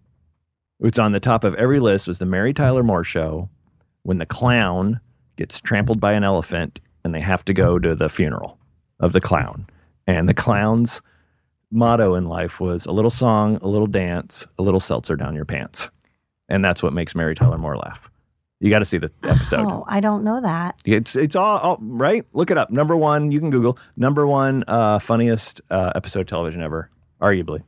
it's on the top of every list, was the Mary Tyler Moore Show when the clown gets trampled by an elephant and they have to go to the funeral of the clown. And the clown's motto in life was a little song, a little dance, a little seltzer down your pants. And that's what makes Mary Tyler Moore laugh. You got to see the episode. Oh, I don't know that. It's it's all, all right. Look it up. Number one, you can Google number one uh, funniest uh, episode of television ever, arguably.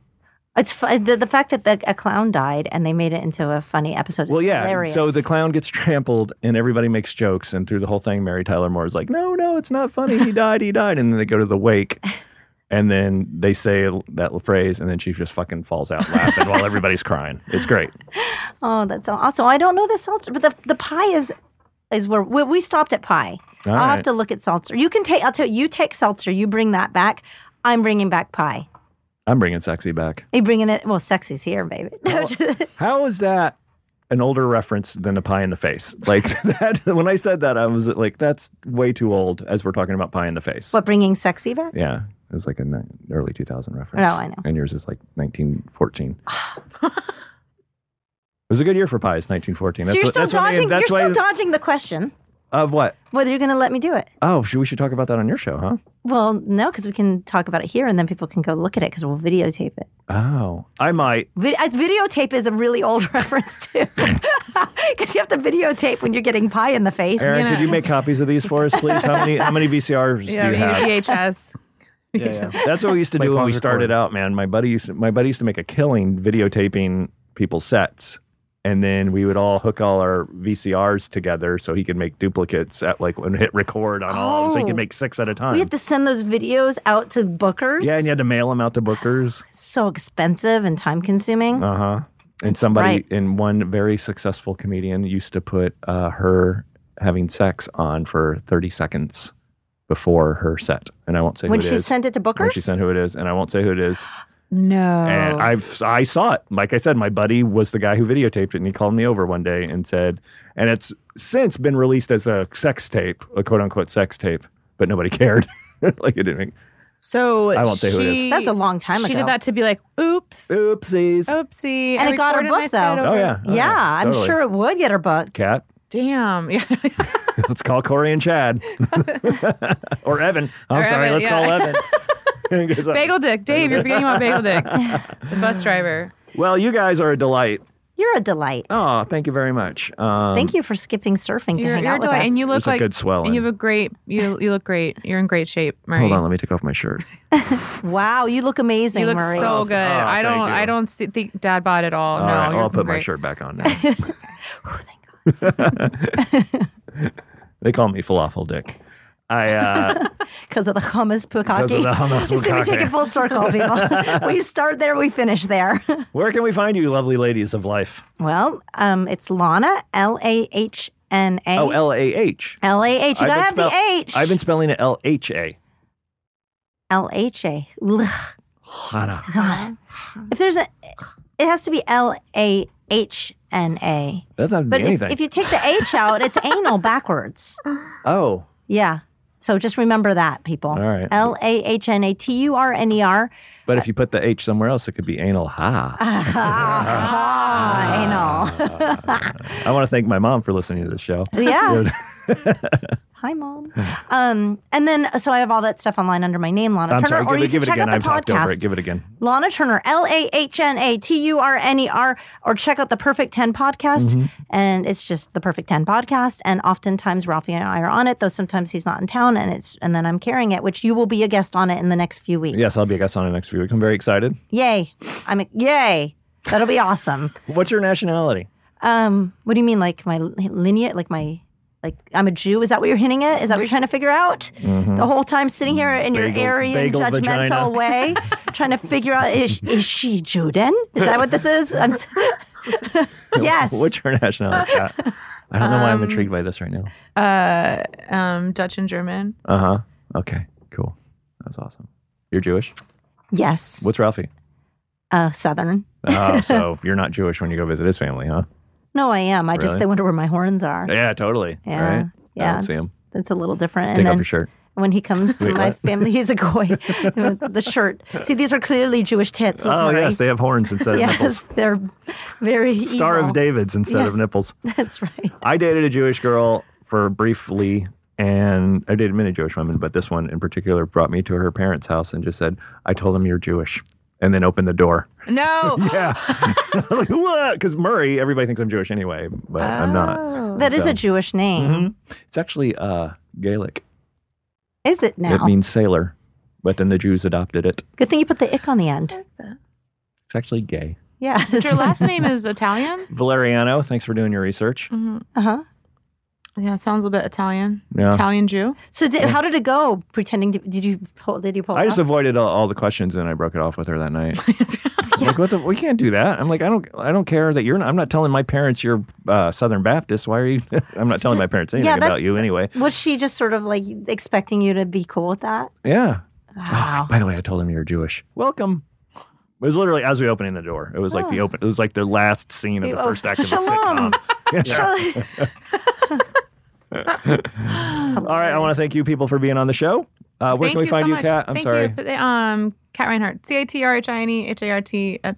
It's fu- the, the fact that the, a clown died and they made it into a funny episode. Well, is yeah. hilarious. So the clown gets (laughs) trampled, and everybody makes jokes, and through the whole thing, Mary Tyler Moore is like, "No, no, it's not funny. He died. He died." And then they go to the wake, and then they say that phrase, and then she just fucking falls out laughing while everybody's crying. It's great. oh, that's so awesome. I don't know the seltzer, but the, the pie is is where we, we stopped at pie. All I'll right. have to look at seltzer. You can take. I'll tell you. You take seltzer. You bring that back. I'm bringing back pie. I'm bringing sexy back. Hey, bringing it. Well, sexy's here, baby. How is that an older reference than a pie in the face? Like (laughs) that. When I said that, I was like, "That's way too old." As we're talking about pie in the face. (laughs) what bringing sexy back? Yeah. It was like a ni- early 2000 reference. No, Oh, I know. And yours is like 1914. (sighs) it was a good year for pies, 1914. so you're what- still why they- dodging. You're that's why- still dodging the question Of what? whether you're going to let me do it. Oh, should, we should talk about that on your show, huh? Well, no, because we can talk about it here, and then people can go look at it because we'll videotape it. Oh, I might. Vid- uh, videotape is a really old (laughs) reference too, because you have to videotape when you're getting pie in the face. Aaron, could gonna- you make copies of these for us, please? How many how many (laughs) VCRs Yeah, do we you have? need VHS. Yeah, yeah. That's what we used to Play, do when pause, we started record. out, man. My buddy used to, my buddy used to make a killing videotaping people's sets, and then we would all hook all our VCRs together so he could make duplicates at like and hit record on all, of them so he could Oh. make six at a time. We have to send those videos out to bookers. yeah, and you had to mail them out to bookers. so expensive and time consuming. Uh huh. And somebody right. and one very successful comedian used to put uh, her having sex on for thirty seconds before her set, and I won't say when who it she is. sent it to when bookers, she sent who it is, and I won't say who it is. No. And I've Eh, I saw it. Like I said, my buddy was the guy who videotaped it, and he called me over one day and said, and it's since been released as a sex tape, a quote unquote sex tape, but nobody (laughs) cared. like it didn't. Make, so I won't say who it is. she- that's a long time she ago. did that to be like, oops, Oopsies. Oh, oopsie. And I it got her recorded and booked, I said though. oh over- yeah. Oh, yeah, I'm Totally. sure it would get her booked. Cat, Damn. (laughs) Yeah. (laughs) let's call Corey (laughs) and Chad, or Evan. I'm Or sorry. Evan, let's call yeah. (laughs) Evan. 'Cause I- Bagel Dick. Dave, you're forgetting about Bagel Dick, (laughs) the bus driver. Well, you guys are a delight. You're a delight. Oh, thank you very much. Um, Thank you for skipping surfing to You're, hang you're out a with delight. us. And you look There's a like good swelling. And you have a great. You you look great. You're in great shape, Murray. Hold on, let me take off my shirt. wow, you look amazing, You look Marie. so good. Oh, I don't. thank you. I don't see, think dad bod at Oh, all. All no, right, you're I'll put my great. shirt back (laughs) on now. (laughs) They call me falafel dick. I (laughs) uh, because of the hummus because bukkake. of the (laughs) hummus You see, we take it macaque. full circle, (laughs) people. we start there, we finish there. (laughs) Where can we find you, lovely ladies of life? well, um, it's Lana, L A H N A. Oh, L A H. L A H. You gotta have the H. I've been spelling it L H A. L H A. Ugh, God. If there's a, it has to be L A H N A. That's not But mean if, anything. (laughs) if you take the H out, it's anal backwards. oh, Yeah. So just remember that, people. All right. L A H N A T U R N (laughs) E R. But if you put the H somewhere else, it could be anal ha. Ah, anal. (laughs) I want to thank my mom for listening to this show. Yeah. Hi, mom. Um, and then so I have all that stuff online under my name, Lana I'm Turner. sorry. or Give it, give you it can check again. out I've the talked over podcast. it. Give it again. Lana Turner, L A H N A T U R N E R, or check out the Perfect 10 podcast. And it's just the Perfect 10 podcast. And oftentimes Ralphie and I are on it, though sometimes he's not in town and it's and then I'm carrying it, which you will be a guest on it in the next few weeks. Yes, I'll be a guest on it next week. I'm very excited. Yay. I'm a, yay. That'll be awesome. What's your nationality? Um, what do you mean, like my lineage, like my like I'm a Jew? Is that what you're hinting at? Is that what you're trying to figure out the whole time sitting here in Mm-hmm. Bagel- your Aryan bagel judgmental vagina. (laughs) way, trying to figure out is is she Jew? Then is that what this is? (laughs) I'm s- yes. What's your nationality? I I don't know why I'm intrigued by this right now. Uh, um, Dutch and German. Uh huh. Okay. Cool. That's awesome. You're Jewish. yes. What's Ralphie? Uh, Southern. (laughs) Oh, so you're not Jewish when you go visit his family, huh? No, I am. I just Really? they wonder where my horns are. Yeah, totally. Yeah. Right? I Yeah. don't see him. That's a little different. Take And off then your shirt. when he comes to Wait, my what? family, he's (laughs) a goy. the shirt. See, these are clearly Jewish tits. Look, Oh, Murray. yes. They have horns instead of nipples. (laughs) Yes, they're very Star evil. of David's instead of Yes. nipples. (laughs) That's right. I dated a Jewish girl for briefly, and I dated many Jewish women, but this one in particular brought me to her parents' house and just said, "I told them you're Jewish," and then opened the (gasps) door. No. (laughs) Yeah, like what? Because Murray, everybody thinks I'm Jewish anyway, but I'm not. Oh. That is So- a Jewish name, Mhm. It's actually uh, Gaelic. is it now? It means sailor, but then the Jews adopted it. Good thing you put the ick on the end. It's actually gay. Yeah. (laughs) But Your last name is Italian. Mm-hmm. Valeriano, thanks for doing your research. uh huh. Yeah, it sounds a bit Italian. Yeah. Italian Jew. So did, how did it go? Pretending to did you pull? Did you pull? I just it off? avoided all, all the questions and I broke it off with her that (laughs) night. Like what the? We can't do that. I'm like I don't I don't care that you're. Not, I'm not telling my parents you're uh, Southern Baptist. Why are you? (laughs) I'm not telling my parents anything Yeah, that- about you anyway. was she just sort of like expecting you to be cool (sighs) with that? Yeah. Wow. By the way, I told them you're Jewish. Welcome. It was literally as we opening the door. It was like the open. It was like the last scene of the Oh, first act of the shalom. sitcom. (laughs) (laughs) Sure. All right, I want to thank you people for being on the show. Uh, where Thank can we you find so you, much. Kat? I'm Thank sorry. You for the, um, Kat Reinhardt. C A T R H I N E H A R T. uh,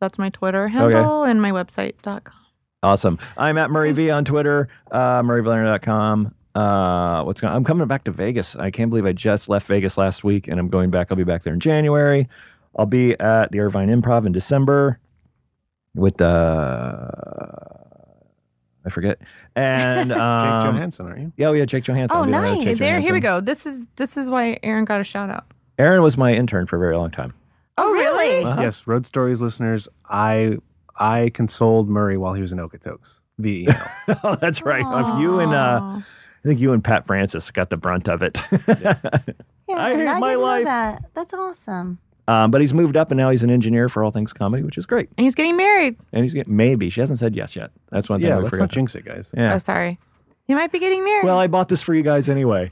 That's my Twitter handle and my website.com. Awesome. I'm at Murray V on Twitter, uh, MurrayValerian.com. Uh, what's going? I'm coming back to Vegas. I can't believe I just left Vegas last week, and I'm going back. I'll be back there in January. I'll be at the Irvine Improv in December with the I forget and (laughs) Jake um, Johansson, aren't you? Yeah, oh yeah, Jake Johansson. Oh, I'm doing that with nice. Jake Is There, here we Johansson. go. This is this is why Aaron got a shout out. Aaron was my intern for a very long time. (laughs) oh really? Uh-huh. Yes, Road Stories listeners. I I consoled Murray while he was in Okotoks E via email. oh, (laughs) that's right. You and uh, Aw. I think you and Pat Francis got the brunt of it. Yeah, I hate my didn't know life. That. That's awesome. (laughs) um, but he's moved up, and now he's an engineer for all things comedy, which is great. and he's getting married. And he's getting, maybe she hasn't said yes yet. That's one thing yeah, we let's not forgot. jinx it, guys. yeah. Oh, sorry. He might be getting married. Well, I bought this for you guys (laughs) anyway.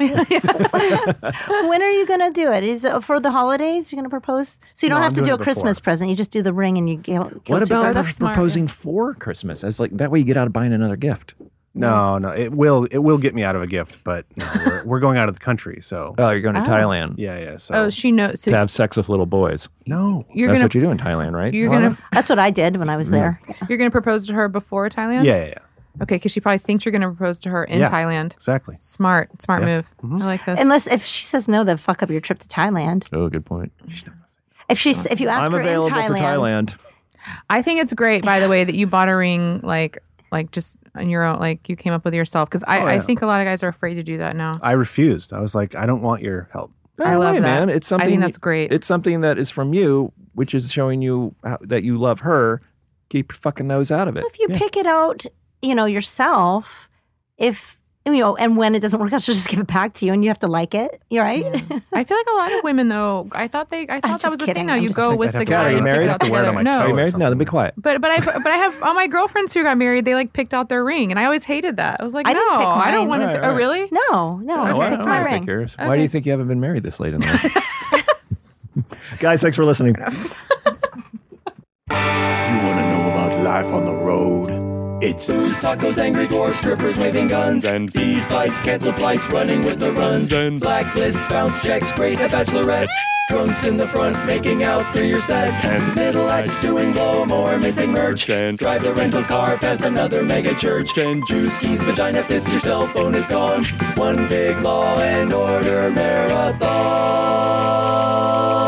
when are you gonna do it? Is it for the holidays? You're gonna propose? So you don't No, have I'm to doing it do a Christmas before. present. You just do the ring and you kill, kill what two about birds. that's smart, proposing for Christmas? As like that way you get out of buying another gift. No, no, it will it will get me out of a gift, but no, we're, we're going out of the country, so (laughs) Oh, you're going to Thailand yeah, yeah. So oh, she knows. to So have sex with little boys. no, you're That's gonna what you do in Thailand, right? you're Lana? gonna That's what I did when I was there. you're gonna propose to her before yeah, Thailand. yeah, yeah, Okay, because she probably thinks you're gonna propose to her in Yeah. Thailand. exactly. Smart, smart move. Mm-hmm. I like this. Unless if she says no, then fuck up your trip to Thailand. Oh, good point. If she if you ask I'm her in available Thailand, for Thailand. I think it's great, by the way, that you bought a ring like like just on your own, like you came up with yourself. Because I, Oh, I yeah. think a lot of guys are afraid to do that now. I refused. I was like, I don't want your help. I No love way, that. man. It's I think something that's great. It's something that is from you, which is showing you how, that you love her. Keep your fucking nose out of it. if you pick it out, you know yourself. If you know, and when it doesn't work out, (laughs) she'll just give it back to you, and you have to like it. You're right. I feel like a lot of women though. I thought they. I thought that just was the kidding. thing. Now I'm you just- go think with I'd the have to guy. wear it on- and pick I'd it have out to wear it on my together. no, Are you or married? No, then be something. quiet. but but I but I have all my girlfriends who got married. They like picked out their ring, and I always hated that. I was like, I no, didn't pick I don't mine. want Right, to. Oh, right. really? (laughs) No, Oh, no, I I picked don't my know, I ring. think yours. Why do you Okay. think you haven't been married this late (laughs) in life? Guys, thanks for listening. You want to know about life on the road? It's Booze, tacos, angry dwarfs, strippers waving guns, and fees, fights, cancel flights, running with the runs, and blacklists, bounce checks, great a bachelorette. Drunks in the front, making out through your set, and middle acts doing blow more, missing merch, and drive the rental car past another mega church, and juice keys, vagina fists, your cell phone is gone. One big law and order marathon.